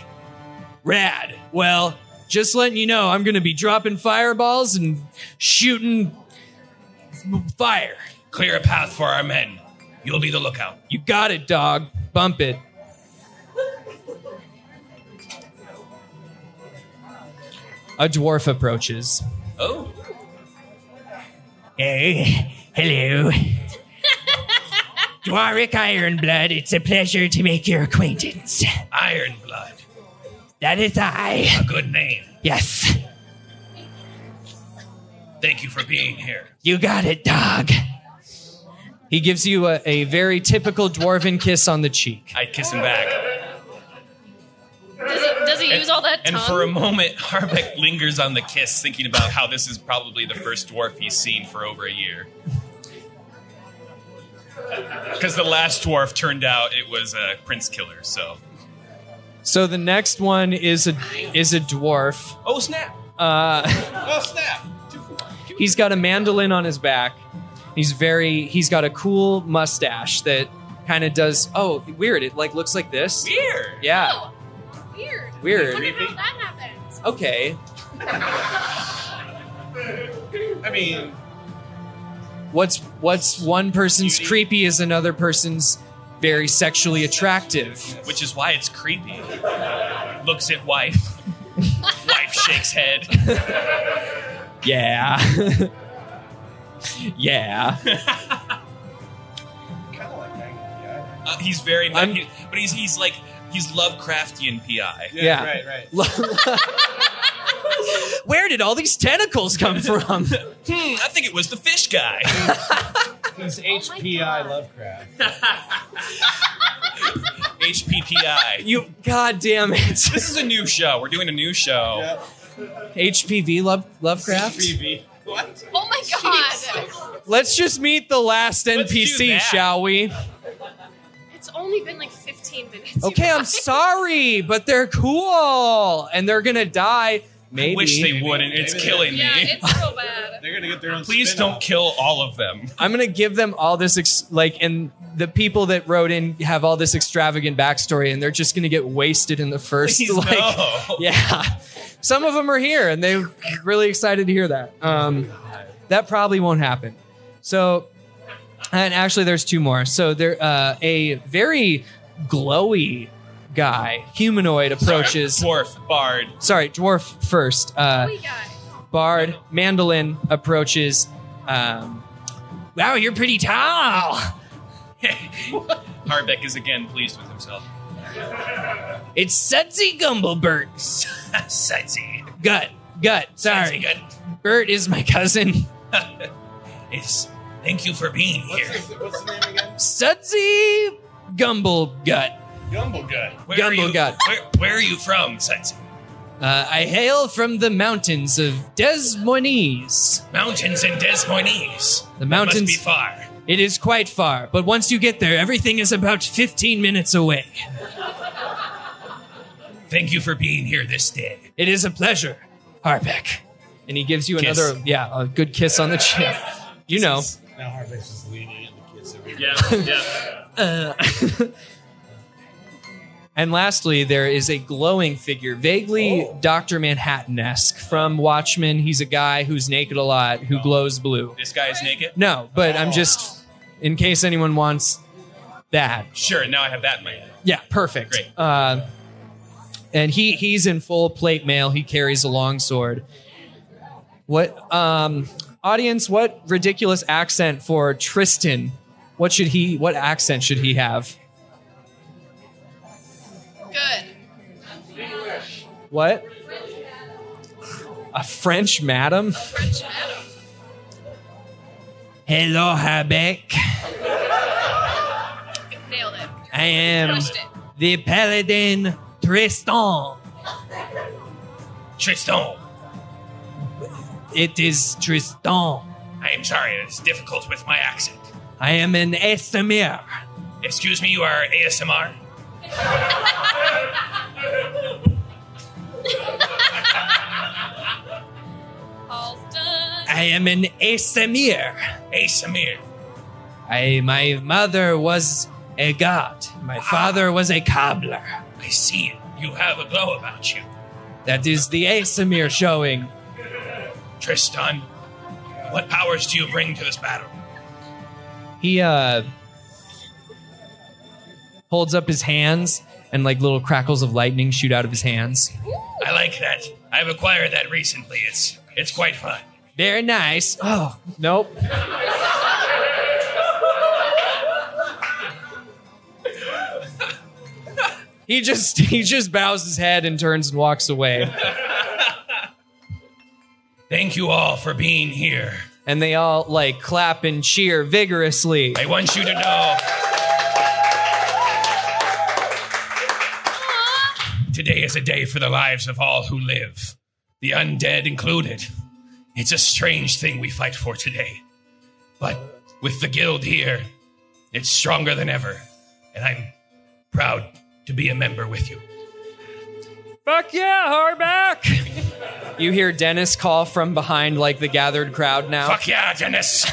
[SPEAKER 1] Rad. Well, just letting you know, I'm going to be dropping fireballs and shooting fire.
[SPEAKER 7] Clear a path for our men. You'll be the lookout.
[SPEAKER 1] You got it, dog. Bump it. A dwarf approaches.
[SPEAKER 7] Oh.
[SPEAKER 1] Hey, hello. Dwarric Ironblood, it's a pleasure to make your acquaintance.
[SPEAKER 7] Ironblood.
[SPEAKER 1] That is I.
[SPEAKER 7] A good name.
[SPEAKER 1] Yes,
[SPEAKER 7] Thank you for being here.
[SPEAKER 1] you got it, dog. He gives you a, a very typical dwarven kiss on the cheek.
[SPEAKER 7] I kiss him back.
[SPEAKER 3] Does it, does does he use all that
[SPEAKER 7] And
[SPEAKER 3] tongue?
[SPEAKER 7] for a moment, Harbeck lingers on the kiss, thinking about how this is probably the first dwarf he's seen for over a year. Because the last dwarf turned out it was a prince killer, so.
[SPEAKER 1] So the next one is a is a dwarf.
[SPEAKER 7] Oh, snap!
[SPEAKER 1] Uh,
[SPEAKER 7] Oh, snap! Two for one.
[SPEAKER 1] he's got a mandolin on his back. He's very. He's got a cool mustache that kind of does. Oh, weird! It like looks like this.
[SPEAKER 7] Weird!
[SPEAKER 1] Yeah.
[SPEAKER 3] Oh, weird.
[SPEAKER 1] Weird.
[SPEAKER 3] I wonder how that happens.
[SPEAKER 1] Okay.
[SPEAKER 8] I mean,
[SPEAKER 1] What's what's one person's creepy is another person's very sexually attractive.
[SPEAKER 7] Which is why it's creepy. Looks at wife. wife shakes head.
[SPEAKER 1] Yeah. yeah.
[SPEAKER 8] kind of like that.
[SPEAKER 7] Uh, he's very,
[SPEAKER 1] I'm-
[SPEAKER 7] he- but he's he's like he's Lovecraftian PI.
[SPEAKER 1] Yeah. Yeah.
[SPEAKER 8] Right, right.
[SPEAKER 1] Where did all these tentacles come from?
[SPEAKER 7] Hmm, I think it was the fish guy.
[SPEAKER 6] It's
[SPEAKER 3] Oh my HPI God.
[SPEAKER 6] Lovecraft.
[SPEAKER 7] HPPI.
[SPEAKER 1] you god damn it.
[SPEAKER 7] This is a new show. We're doing a new show.
[SPEAKER 8] Yep.
[SPEAKER 1] HPV Love, Lovecraft.
[SPEAKER 8] TV. What?
[SPEAKER 3] Oh my god.
[SPEAKER 1] Let's just meet the last
[SPEAKER 7] Let's do
[SPEAKER 1] NPC,
[SPEAKER 7] that.
[SPEAKER 1] shall we?
[SPEAKER 3] It's only been like 15 minutes. you
[SPEAKER 1] Okay, I'm
[SPEAKER 3] guys.
[SPEAKER 1] sorry, but they're cool and they're gonna die. Maybe.
[SPEAKER 7] I wish they wouldn't. It's
[SPEAKER 8] Maybe.
[SPEAKER 7] killing
[SPEAKER 3] Yeah,
[SPEAKER 7] me.
[SPEAKER 3] it's real bad.
[SPEAKER 8] They're gonna get their own.
[SPEAKER 7] Please
[SPEAKER 8] spin-off.
[SPEAKER 7] don't kill all of them.
[SPEAKER 1] I'm gonna give them all this ex- like, and the people that wrote in have all this extravagant backstory, and they're just gonna get wasted in the first
[SPEAKER 7] Please
[SPEAKER 1] like,
[SPEAKER 7] no.
[SPEAKER 1] yeah. Some of them are here, and they're really excited to hear that. Um, that probably won't happen. So, and actually, there's two more. So there, uh, a very glowy guy, humanoid, approaches.
[SPEAKER 7] Dwarf, bard.
[SPEAKER 1] Sorry, dwarf first. Uh,
[SPEAKER 3] We got
[SPEAKER 1] Bard Mandolin approaches. Um, wow, you're pretty tall.
[SPEAKER 7] Harbeck is again pleased with himself.
[SPEAKER 1] It's Sudsy Gumblebert.
[SPEAKER 7] Sudsy.
[SPEAKER 1] Gut, gut. Sorry, Bert is my cousin.
[SPEAKER 7] It's, thank you for being here.
[SPEAKER 8] What's the, what's the name again?
[SPEAKER 1] Sudsy Gumblegut.
[SPEAKER 8] Gumblegut.
[SPEAKER 7] Where
[SPEAKER 1] Gumbo
[SPEAKER 7] are you,
[SPEAKER 1] God.
[SPEAKER 7] Where, where are you from, Sudsy?
[SPEAKER 1] Uh, I hail from the mountains of Des Moines.
[SPEAKER 7] Mountains in Des Moines.
[SPEAKER 1] The
[SPEAKER 7] Must
[SPEAKER 1] mountains.
[SPEAKER 7] be far.
[SPEAKER 1] It is quite far, but once you get there, everything is about 15 minutes away.
[SPEAKER 7] Thank you for being here this day.
[SPEAKER 1] It is a pleasure, Harbeck. And he gives you
[SPEAKER 7] Kiss.
[SPEAKER 1] another, yeah, a good kiss on the chin. You know.
[SPEAKER 8] Now Harvey's just leaning in the kids. every-
[SPEAKER 7] Yeah, yeah.
[SPEAKER 1] And lastly, there is a glowing figure, vaguely Dr. Manhattan esque from Watchmen. He's a guy who's naked a lot, who glows blue.
[SPEAKER 7] This guy is naked?
[SPEAKER 1] No, but I'm just, in case anyone wants that.
[SPEAKER 7] Sure, now I have that in my head.
[SPEAKER 1] Yeah, perfect.
[SPEAKER 7] Great.
[SPEAKER 1] Uh, and he he's in full plate mail. He carries a long sword. What um, audience? What ridiculous accent for Tristan? What should he? What accent should he have?
[SPEAKER 3] good.
[SPEAKER 1] What? A French madam?
[SPEAKER 3] French madam.
[SPEAKER 1] Hello, Habeck.
[SPEAKER 3] Nailed it.
[SPEAKER 1] I am
[SPEAKER 3] Crushed it.
[SPEAKER 1] the paladin Tristan.
[SPEAKER 7] Tristan,
[SPEAKER 1] It is Tristan.
[SPEAKER 7] I am sorry, it's difficult with my accent.
[SPEAKER 1] I am an Estamir.
[SPEAKER 7] Excuse me, you are ASMR?
[SPEAKER 3] All's done.
[SPEAKER 1] I am an Estamir.
[SPEAKER 7] ASMR.
[SPEAKER 1] I my mother was a god. My father was a cobbler.
[SPEAKER 7] I see you have a glow about you.
[SPEAKER 1] That is the Asamir showing.
[SPEAKER 7] Tristan, what powers do you bring to this battle?
[SPEAKER 1] He uh holds up his hands and like little crackles of lightning shoot out of his hands.
[SPEAKER 7] I like that. I've acquired that recently. It's it's quite fun.
[SPEAKER 1] Very nice. Oh, nope. he just he just bows his head and turns and walks away.
[SPEAKER 7] Thank you all for being here.
[SPEAKER 1] And they all like clap and cheer vigorously.
[SPEAKER 7] I want you to know.
[SPEAKER 10] Today is a day for the lives of all who live, the undead included. It's a strange thing we fight for today. But with the guild here, it's stronger than ever, and I'm proud to be a member with you.
[SPEAKER 9] Fuck yeah, Harback!
[SPEAKER 1] You hear Dennis call from behind, like the gathered crowd now.
[SPEAKER 10] Fuck yeah, Dennis!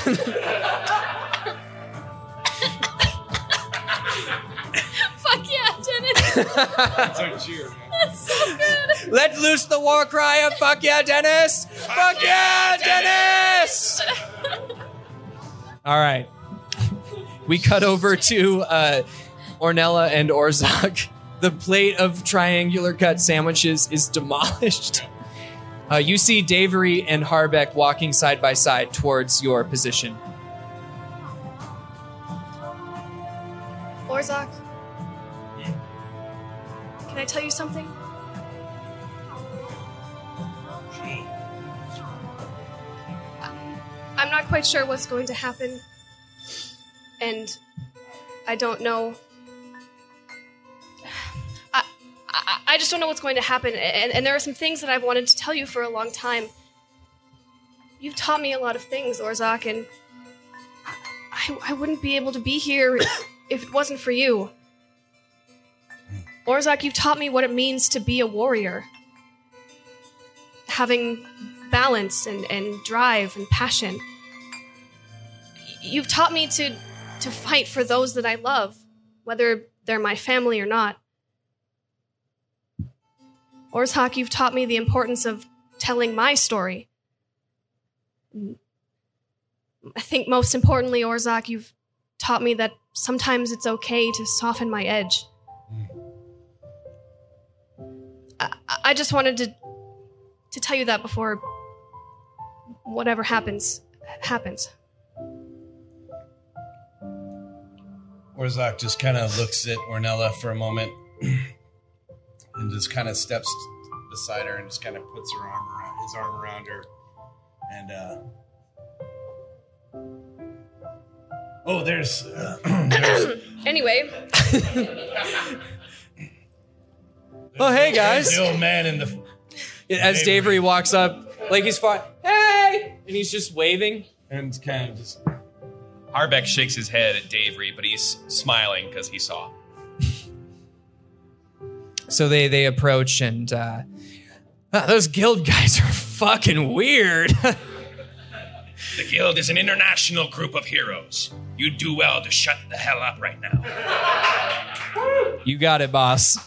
[SPEAKER 3] Fuck yeah, Dennis.
[SPEAKER 8] That's our cheer. man.
[SPEAKER 3] That's so good.
[SPEAKER 1] Let loose the war cry of fuck yeah, Dennis! Fuck yeah, Dennis! All right. We cut over to uh, Ornella and Orzok. The plate of triangular cut sandwiches is demolished. Uh, you see Davery and Harbeck walking side by side towards your position.
[SPEAKER 3] Orzok, can I tell you something? Um, I'm not quite sure what's going to happen, and I don't know. I, I, I just don't know what's going to happen, and, and there are some things that I've wanted to tell you for a long time. You've taught me a lot of things, Orzak, and I, I wouldn't be able to be here if it wasn't for you. Orzak, you've taught me what it means to be a warrior. Having balance and, and drive and passion. Y- You've taught me to to fight for those that I love, whether they're my family or not. Orzak, you've taught me the importance of telling my story. I think most importantly, Orzak, you've taught me that sometimes it's okay to soften my edge. I, I just wanted to to tell you that before whatever happens happens.
[SPEAKER 6] Orzok just kind of looks at Ornella for a moment and just kind of steps beside her and just kind of puts her arm around his arm around her and uh oh there's, uh, there's
[SPEAKER 3] Anyway,
[SPEAKER 1] Oh, hey
[SPEAKER 6] there's
[SPEAKER 1] guys!
[SPEAKER 6] the old man in the
[SPEAKER 1] As Davery walks up, like he's fine. Hey! And he's just waving.
[SPEAKER 6] and kind of just
[SPEAKER 7] Harbeck shakes his head at Davery, but he's smiling because he saw.
[SPEAKER 1] So they they approach and uh, "Ah, those guild guys are fucking weird.
[SPEAKER 10] The guild is an international group of heroes. You do well to shut the hell up right now.
[SPEAKER 1] you got it, boss.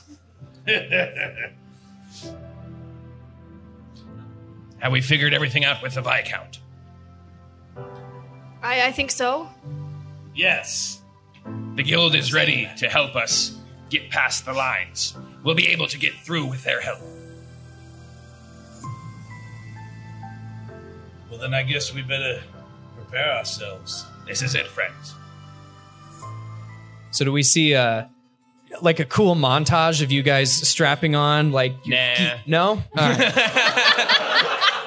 [SPEAKER 10] Have we figured everything out with the Viscount?
[SPEAKER 3] I, I think so.
[SPEAKER 10] Yes. The guild is ready to help us get past the lines. We'll be able to get through with their help.
[SPEAKER 6] well then i guess we better prepare ourselves
[SPEAKER 10] This is it, friends.
[SPEAKER 1] So do we see uh like a cool montage of you guys strapping on like you-
[SPEAKER 7] Nah.
[SPEAKER 1] no? All right.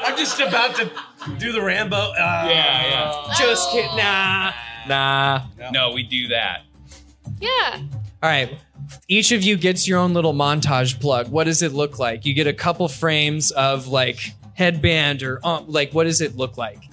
[SPEAKER 6] i'm just about to do the rambo uh,
[SPEAKER 7] yeah.
[SPEAKER 1] Just kidding. Nah. Nah.
[SPEAKER 7] No, we do that.
[SPEAKER 3] Yeah.
[SPEAKER 1] All right. Each of you gets your own little montage plug. What does it look like? You get a couple frames of like headband or um, like what does it look like?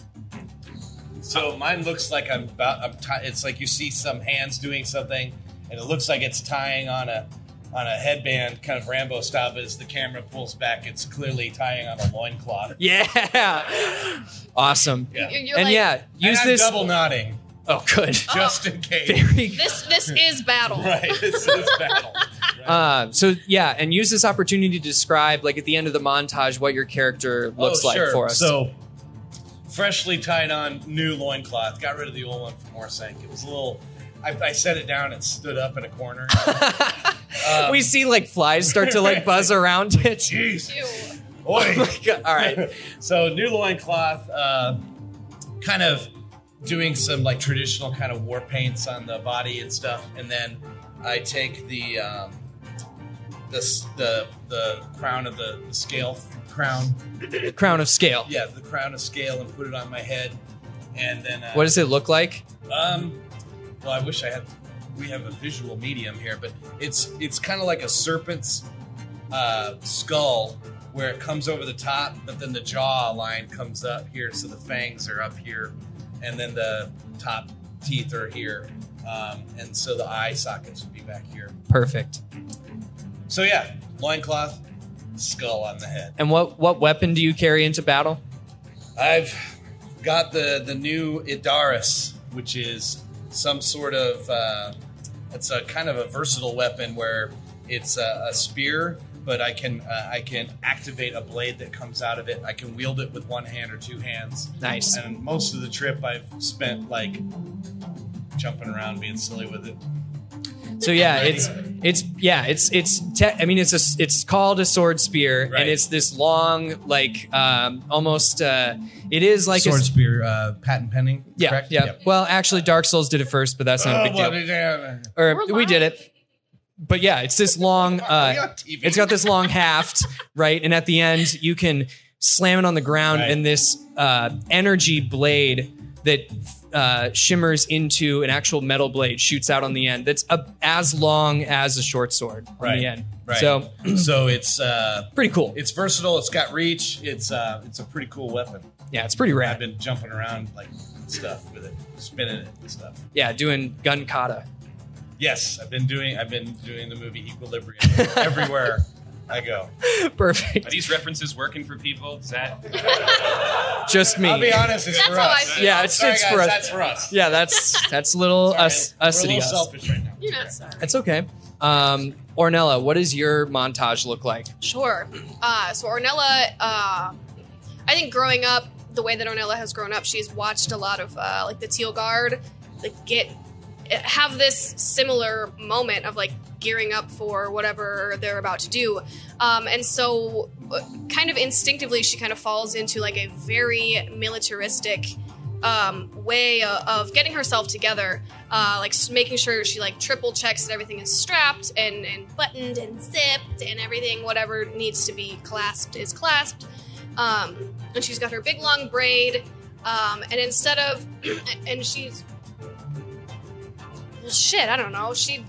[SPEAKER 6] So mine looks like I'm about. I'm ti it's like you see some hands doing something, and it looks like it's tying on a on a headband, kind of Rambo style. But as the camera pulls back, it's clearly tying on a loincloth.
[SPEAKER 1] Yeah. Awesome.
[SPEAKER 6] Yeah.
[SPEAKER 3] You're, you're
[SPEAKER 1] and
[SPEAKER 3] like,
[SPEAKER 1] yeah, use
[SPEAKER 6] and I'm
[SPEAKER 1] this.
[SPEAKER 6] double nodding
[SPEAKER 1] Oh, good.
[SPEAKER 6] just in case.
[SPEAKER 1] Very good.
[SPEAKER 3] This this is battle.
[SPEAKER 6] right, this is battle.
[SPEAKER 1] Uh, so yeah, and use this opportunity to describe, like at the end of the montage, what your character looks
[SPEAKER 6] Oh,
[SPEAKER 1] like
[SPEAKER 6] sure.
[SPEAKER 1] for us.
[SPEAKER 6] So freshly tied on new loincloth. Got rid of the old one from Orsank. It was a little. I, I set it down. It stood up in a corner. Um,
[SPEAKER 1] we see like flies start to like buzz around it.
[SPEAKER 6] Jeez,
[SPEAKER 3] Ew.
[SPEAKER 6] oi.
[SPEAKER 1] All right.
[SPEAKER 6] So new loincloth, uh, kind of doing some like traditional kind of war paints on the body and stuff, and then I take the um, the s- the the crown of the, the scale crown,
[SPEAKER 1] Crown of scale.
[SPEAKER 6] yeah, the crown of scale, and put it on my head, and then uh,
[SPEAKER 1] What does it look like?
[SPEAKER 6] um, well, I wish I had. We have a visual medium here, but it's it's kind of like a serpent's uh, skull where it comes over the top, but then the jaw line comes up here, so the fangs are up here, and then the top teeth are here, um, and so the eye sockets would be back here.
[SPEAKER 1] Perfect.
[SPEAKER 6] So yeah, loincloth, skull on the head.
[SPEAKER 1] And what what weapon do you carry into battle?
[SPEAKER 6] I've got the the new Idaris, which is some sort of uh, it's a kind of a versatile weapon where it's a, a spear, but I can uh, I can activate a blade that comes out of it. I can wield it with one hand or two hands.
[SPEAKER 1] Nice.
[SPEAKER 6] And most of the trip I've spent like jumping around, being silly with it.
[SPEAKER 1] So yeah, it's it's yeah, it's it's te- I mean it's a s- it's called a sword spear and it's this long like um almost uh it is like a
[SPEAKER 6] sword
[SPEAKER 1] s-
[SPEAKER 6] spear uh, patent pending.
[SPEAKER 1] yeah,
[SPEAKER 6] correct? Oh,
[SPEAKER 1] yeah. Well, actually Dark Souls did it first, but that's not a big deal. or we did it. But yeah, it's this long. Uh, it's got this long haft, right? And at the end, you can slam it on the ground, and this uh, energy blade that uh, shimmers into an actual metal blade shoots out on the end. That's a, as long as a short sword on
[SPEAKER 6] Right,
[SPEAKER 1] the end.
[SPEAKER 6] right.
[SPEAKER 1] So
[SPEAKER 6] so it's uh,
[SPEAKER 1] pretty cool.
[SPEAKER 6] It's versatile. It's got reach. It's uh, it's a pretty cool weapon.
[SPEAKER 1] Yeah, it's pretty rad.
[SPEAKER 6] I've been jumping around like stuff with it, spinning it and stuff.
[SPEAKER 1] yeah, doing gun kata.
[SPEAKER 6] Yes, I've been doing. I've been doing the movie Equilibrium everywhere I go.
[SPEAKER 1] Perfect.
[SPEAKER 7] Are these references working for people? Is that
[SPEAKER 1] Just me.
[SPEAKER 6] I'll be honest, it's That's for how us. I feel.
[SPEAKER 1] Yeah, it's,
[SPEAKER 6] Sorry,
[SPEAKER 1] it's
[SPEAKER 6] guys,
[SPEAKER 1] for us.
[SPEAKER 6] that's for us.
[SPEAKER 1] Yeah, that's that's little us us
[SPEAKER 6] We're a little
[SPEAKER 1] us.
[SPEAKER 6] selfish right now.
[SPEAKER 3] You're not sorry.
[SPEAKER 1] That's okay. Um, Ornella, what does your montage look like?
[SPEAKER 3] Sure. Uh, so Ornella, uh, I think growing up, the way that Ornella has grown up, she's watched a lot of uh, like the Teal Guard, like get have this similar moment of like gearing up for whatever they're about to do, um, and so uh, kind of instinctively she kind of falls into like a very militaristic um, way o- of getting herself together, uh, like s- making sure she like triple checks that everything is strapped and, and buttoned and zipped and everything, whatever needs to be clasped is clasped. Um, and she's got her big long braid. Um, and instead of, and she's, well, shit, I don't know. She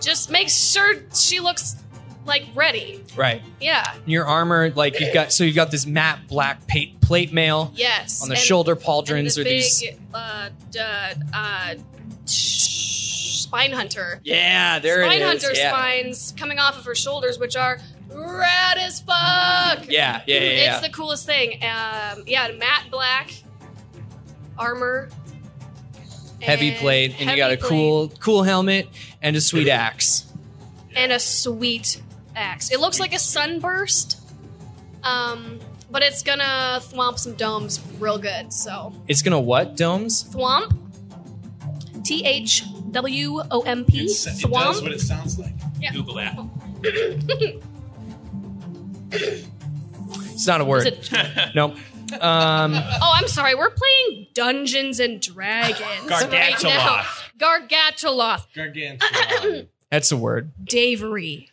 [SPEAKER 3] just makes sure she looks like ready.
[SPEAKER 1] Right.
[SPEAKER 3] Yeah.
[SPEAKER 1] Your armor, like you've got, so you've got this matte black pa- plate mail.
[SPEAKER 3] Yes.
[SPEAKER 1] On the
[SPEAKER 3] and-
[SPEAKER 1] shoulder
[SPEAKER 3] and
[SPEAKER 1] pauldrons
[SPEAKER 3] the
[SPEAKER 1] are
[SPEAKER 3] big,
[SPEAKER 1] these.
[SPEAKER 3] Uh, d- uh, sh- spine hunter.
[SPEAKER 1] Yeah, there
[SPEAKER 3] spine
[SPEAKER 1] it is.
[SPEAKER 3] hunter
[SPEAKER 1] yeah.
[SPEAKER 3] spines coming off of her shoulders, which are red as
[SPEAKER 1] Yeah,
[SPEAKER 3] fuck.
[SPEAKER 1] yeah, yeah.
[SPEAKER 3] it's
[SPEAKER 1] yeah.
[SPEAKER 3] the coolest thing. Um, yeah, matte black armor.
[SPEAKER 1] heavy plate, and you got a
[SPEAKER 3] heavy
[SPEAKER 1] cool, cool helmet and a sweet axe.
[SPEAKER 3] and a sweet axe. It looks like a sunburst, um, but it's gonna thwomp some domes real good. So
[SPEAKER 1] It's gonna what domes?
[SPEAKER 3] thwomp, T H W O M P,
[SPEAKER 6] It does what
[SPEAKER 3] thwomp.
[SPEAKER 6] it sounds like.
[SPEAKER 3] Yeah.
[SPEAKER 7] Google that.
[SPEAKER 1] It's not a word.
[SPEAKER 3] Is it-
[SPEAKER 1] nope. Um,
[SPEAKER 3] Oh, I'm sorry. We're playing Dungeons and Dragons. right now. Gargantaloth.
[SPEAKER 6] Gargantuan.
[SPEAKER 1] that's a word.
[SPEAKER 3] Davery.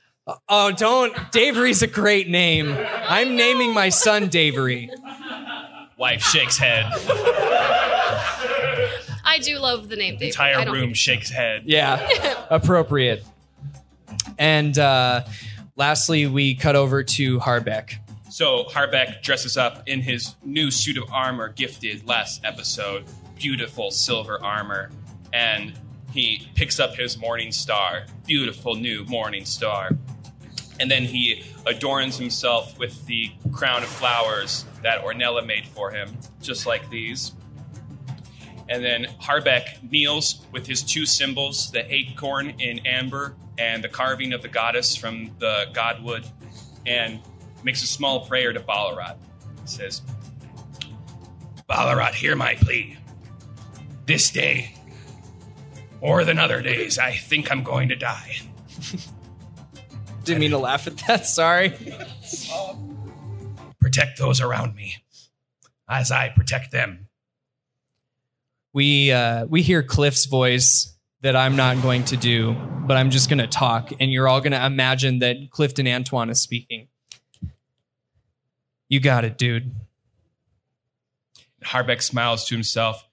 [SPEAKER 1] Oh, don't. Davery's a great name. I'm naming my son Davery.
[SPEAKER 7] wife shakes head?
[SPEAKER 3] I do love the name Davery. I
[SPEAKER 7] Entire
[SPEAKER 3] don't-
[SPEAKER 7] room shakes head.
[SPEAKER 1] Yeah, appropriate. And uh, lastly, we cut over to Harbeck.
[SPEAKER 7] So Harbeck dresses up in his new suit of armor gifted last episode, beautiful silver armor, and he picks up his morning star, beautiful new morning star. And then he adorns himself with the crown of flowers that Ornella made for him, just like these. And then Harbeck kneels with his two symbols, the acorn in amber and the carving of the goddess from the godwood, and makes a small prayer to Ballarat. He says,
[SPEAKER 10] Ballarat, hear my plea. This day, more than other days, I think I'm going to die.
[SPEAKER 1] Didn't mean to laugh at that. Sorry.
[SPEAKER 10] Protect those around me as I protect them.
[SPEAKER 1] We uh, we hear Cliff's voice that I'm not going to do, but I'm just going to talk, and you're all going to imagine that Clifton Antoine is speaking. You got it, dude.
[SPEAKER 7] Harbeck smiles to himself,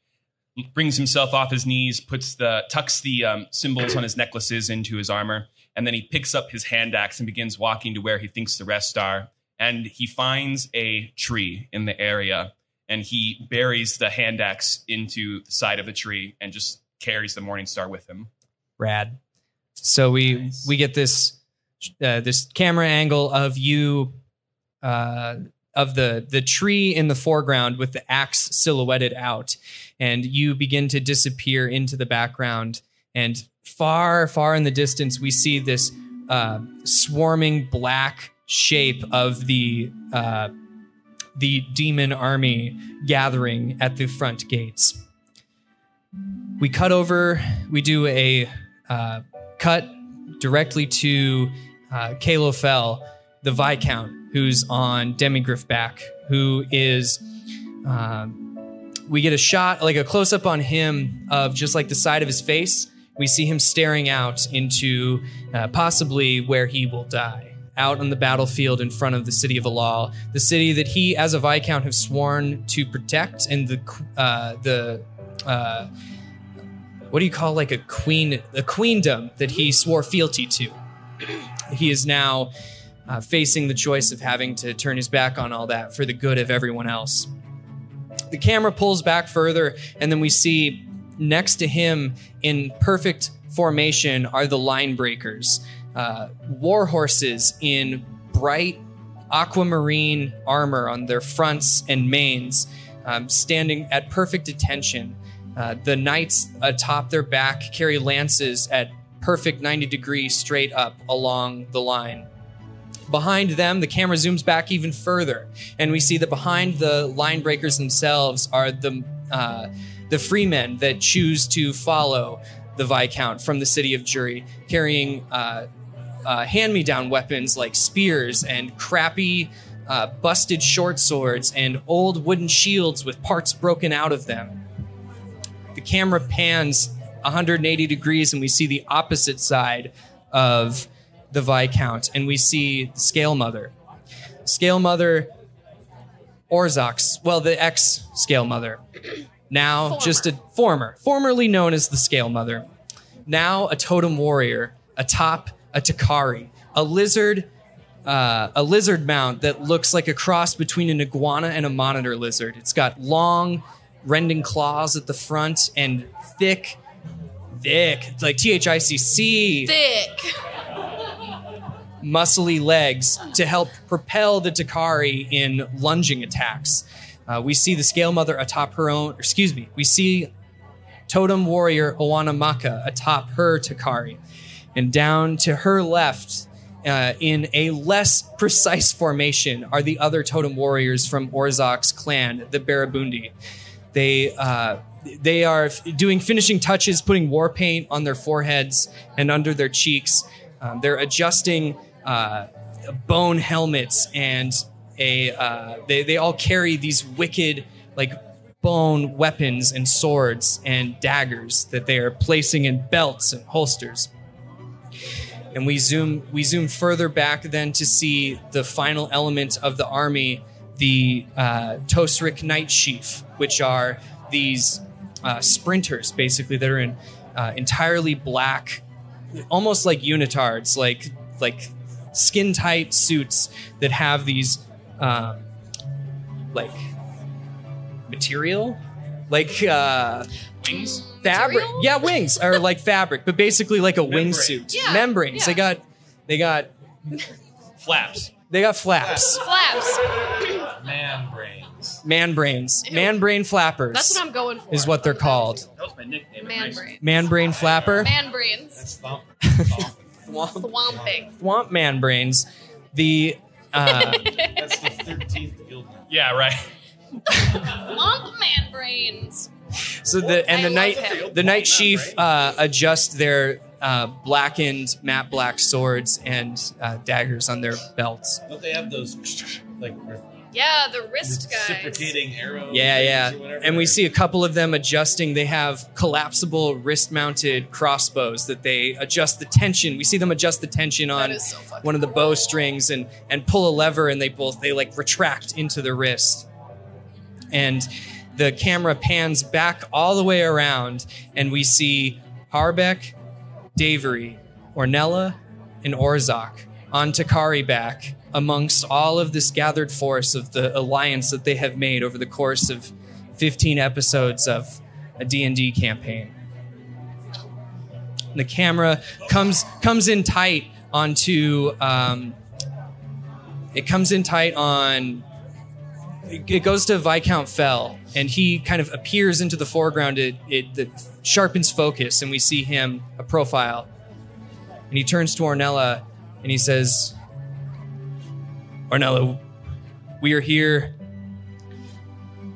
[SPEAKER 7] brings himself off his knees, puts the tucks the um, symbols on his necklaces into his armor, and then he picks up his hand axe and begins walking to where he thinks the rest are. And he finds a tree in the area, and he buries the hand axe into the side of the tree and just carries the Morning Star with him.
[SPEAKER 1] Rad. So we we get this uh, this camera angle of you uh, of the the tree in the foreground with the axe silhouetted out, and you begin to disappear into the background. And far, far in the distance, we see this uh, swarming black shape of the uh, the demon army gathering at the front gates we cut over we do a uh, cut directly to uh, Kalo Fell, the Viscount, who's on Demigriff back, who is. Um, we get a shot, like a close up on him of just like the side of his face. We see him staring out into uh, possibly where he will die, out on the battlefield in front of the city of Alal, the city that he, as a Viscount, have sworn to protect, and the uh, the uh, what do you call like a queen a queendom that he swore fealty to he is now uh, facing the choice of having to turn his back on all that for the good of everyone else the camera pulls back further and then we see next to him in perfect formation are the line breakers uh, war horses in bright aquamarine armor on their fronts and manes um, standing at perfect attention uh, the knights atop their back carry lances at perfect 90 degrees straight up along the line. Behind them, the camera zooms back even further, and we see that behind the line breakers themselves are the uh, the freemen that choose to follow the viscount from the city of Jury, carrying uh, uh, hand-me-down weapons like spears and crappy uh, busted short swords and old wooden shields with parts broken out of them the camera pans 180 degrees and we see the opposite side of the Viscount and we see Scale Mother. Scale Mother Orzox, well, the ex Scale Mother, now just a former, formerly known as the Scale Mother, now a totem warrior atop a Takari, a lizard. Uh, a lizard mount that looks like a cross between an iguana and a monitor lizard. It's got long, rending claws at the front and thick, thick, it's like T H I C C,
[SPEAKER 3] Thick.
[SPEAKER 1] muscly legs to help propel the Takari in lunging attacks. Uh, we see the Scale Mother atop her own, excuse me, we see Totem Warrior Owanamaka atop her Takari. And down to her left, uh, in a less precise formation, are the other Totem Warriors from Orzok's clan, the Barabundi. They uh, they are f- doing finishing touches, putting war paint on their foreheads and under their cheeks. Um, they're adjusting uh, bone helmets, and a uh, they they all carry these wicked like bone weapons and swords and daggers that they are placing in belts and holsters. And we zoom we zoom further back then to see the final element of the army the uh, Tosric Night Sheaf, which are these uh, sprinters, basically, that are in uh, entirely black, almost like unitards, like like skin tight suits that have these um, like material, like uh,
[SPEAKER 7] wings,
[SPEAKER 1] fabric. Yeah, wings or like fabric, but basically like a wingsuit,
[SPEAKER 3] Yeah,
[SPEAKER 1] membranes. They
[SPEAKER 3] yeah.
[SPEAKER 1] got they got
[SPEAKER 7] flaps.
[SPEAKER 1] They got flaps.
[SPEAKER 3] Flaps.
[SPEAKER 8] Man brains.
[SPEAKER 1] Man brains. Man brain flappers.
[SPEAKER 3] That's what I'm going for.
[SPEAKER 1] Is what they're called.
[SPEAKER 7] That was my nickname.
[SPEAKER 3] Man brains.
[SPEAKER 1] Man brain flapper.
[SPEAKER 3] Man brains.
[SPEAKER 1] Thwomp,
[SPEAKER 3] Thwomping.
[SPEAKER 1] thwomp man brains. The uh,
[SPEAKER 8] That's the 13th guild.
[SPEAKER 7] Yeah, right.
[SPEAKER 3] Thwomp man brains.
[SPEAKER 1] so the and the
[SPEAKER 3] I
[SPEAKER 1] night
[SPEAKER 3] love him.
[SPEAKER 1] the night chief uh, adjust their uh, blackened matte black swords and uh, daggers on their belts.
[SPEAKER 8] Don't they have those like re-
[SPEAKER 3] Yeah, the wrist guys.
[SPEAKER 8] reciprocating arrows?
[SPEAKER 1] Yeah,
[SPEAKER 8] or
[SPEAKER 1] yeah.
[SPEAKER 8] whatever?
[SPEAKER 1] And we see a couple of them adjusting. They have collapsible wrist mounted crossbows that they adjust the tension. We see them adjust the tension on
[SPEAKER 3] is so fucking
[SPEAKER 1] one of the bow strings and and pull a lever and they both they like retract into the wrist. And the camera pans back all the way around and we see Harbeck, Davery, Ornella, and Orzok on Takari back amongst all of this gathered force of the alliance that they have made over the course of 15 episodes of a D&D campaign. The camera comes comes in tight onto um, it comes in tight on it goes to Viscount Fell, and he kind of appears into the foreground. It, it, it sharpens focus, and we see him a profile. And he turns to Ornella, and he says, "Ornella, we are here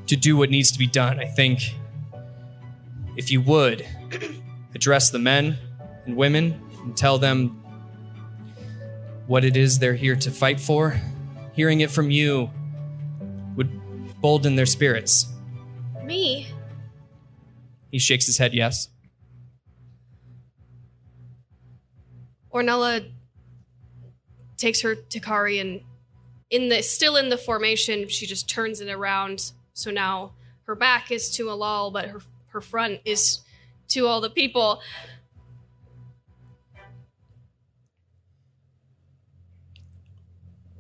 [SPEAKER 1] to do what needs to be done. I think if you would address the men and women and tell them what it is they're here to fight for, hearing it from you." would bolden their spirits.
[SPEAKER 3] Me?
[SPEAKER 1] He shakes his head, yes.
[SPEAKER 3] Ornella takes her Takari and in the still in the formation, she just turns it around. So now her back is to Alal, but her her front is to all the people.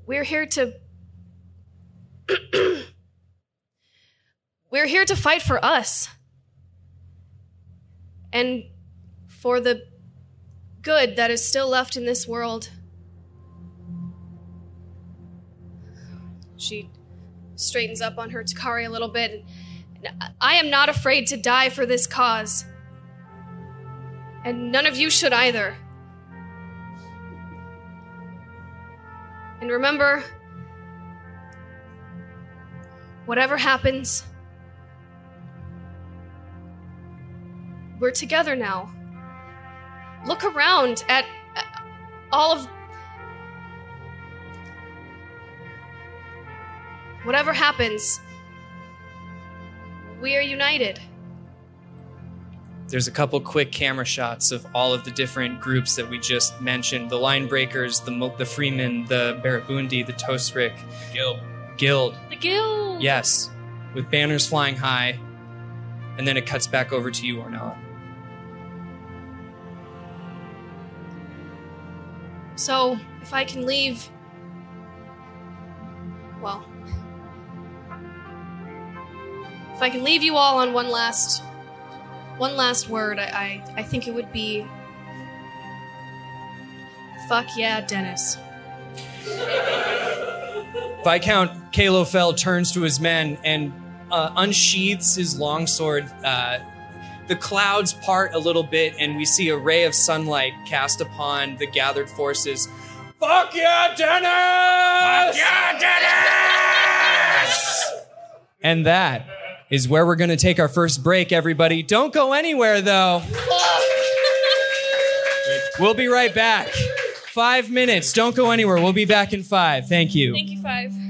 [SPEAKER 3] We're here to We're here to fight for us. And for the good that is still left in this world. She straightens up on her Takari a little bit. And I am not afraid to die for this cause. And none of you should either. And remember, whatever happens, we're together now. Look around at uh, all of. Whatever happens, we are united.
[SPEAKER 1] There's a couple quick camera shots of all of the different groups that we just mentioned: the line breakers, the Mo- the freemen, the Barabundi, the Tosric,
[SPEAKER 7] Gil.
[SPEAKER 1] Guild.
[SPEAKER 3] The guild!
[SPEAKER 1] Yes, with banners flying high, and then it cuts back over to you, Ornella.
[SPEAKER 3] So, if I can leave. Well. If I can leave you all on one last. One last word, I, I, I think it would be. Fuck yeah, Dennis.
[SPEAKER 1] Viscount Kalo Fell turns to his men and uh, unsheathes his longsword. Uh, the clouds part a little bit, and we see a ray of sunlight cast upon the gathered forces. Fuck yeah, Dennis! Fuck yeah, Dennis! and that is where we're going to take our first break, everybody. Don't go anywhere, though. we'll be right back. Five minutes. Don't go anywhere. We'll be back in five. Thank you.
[SPEAKER 3] Thank you, Five.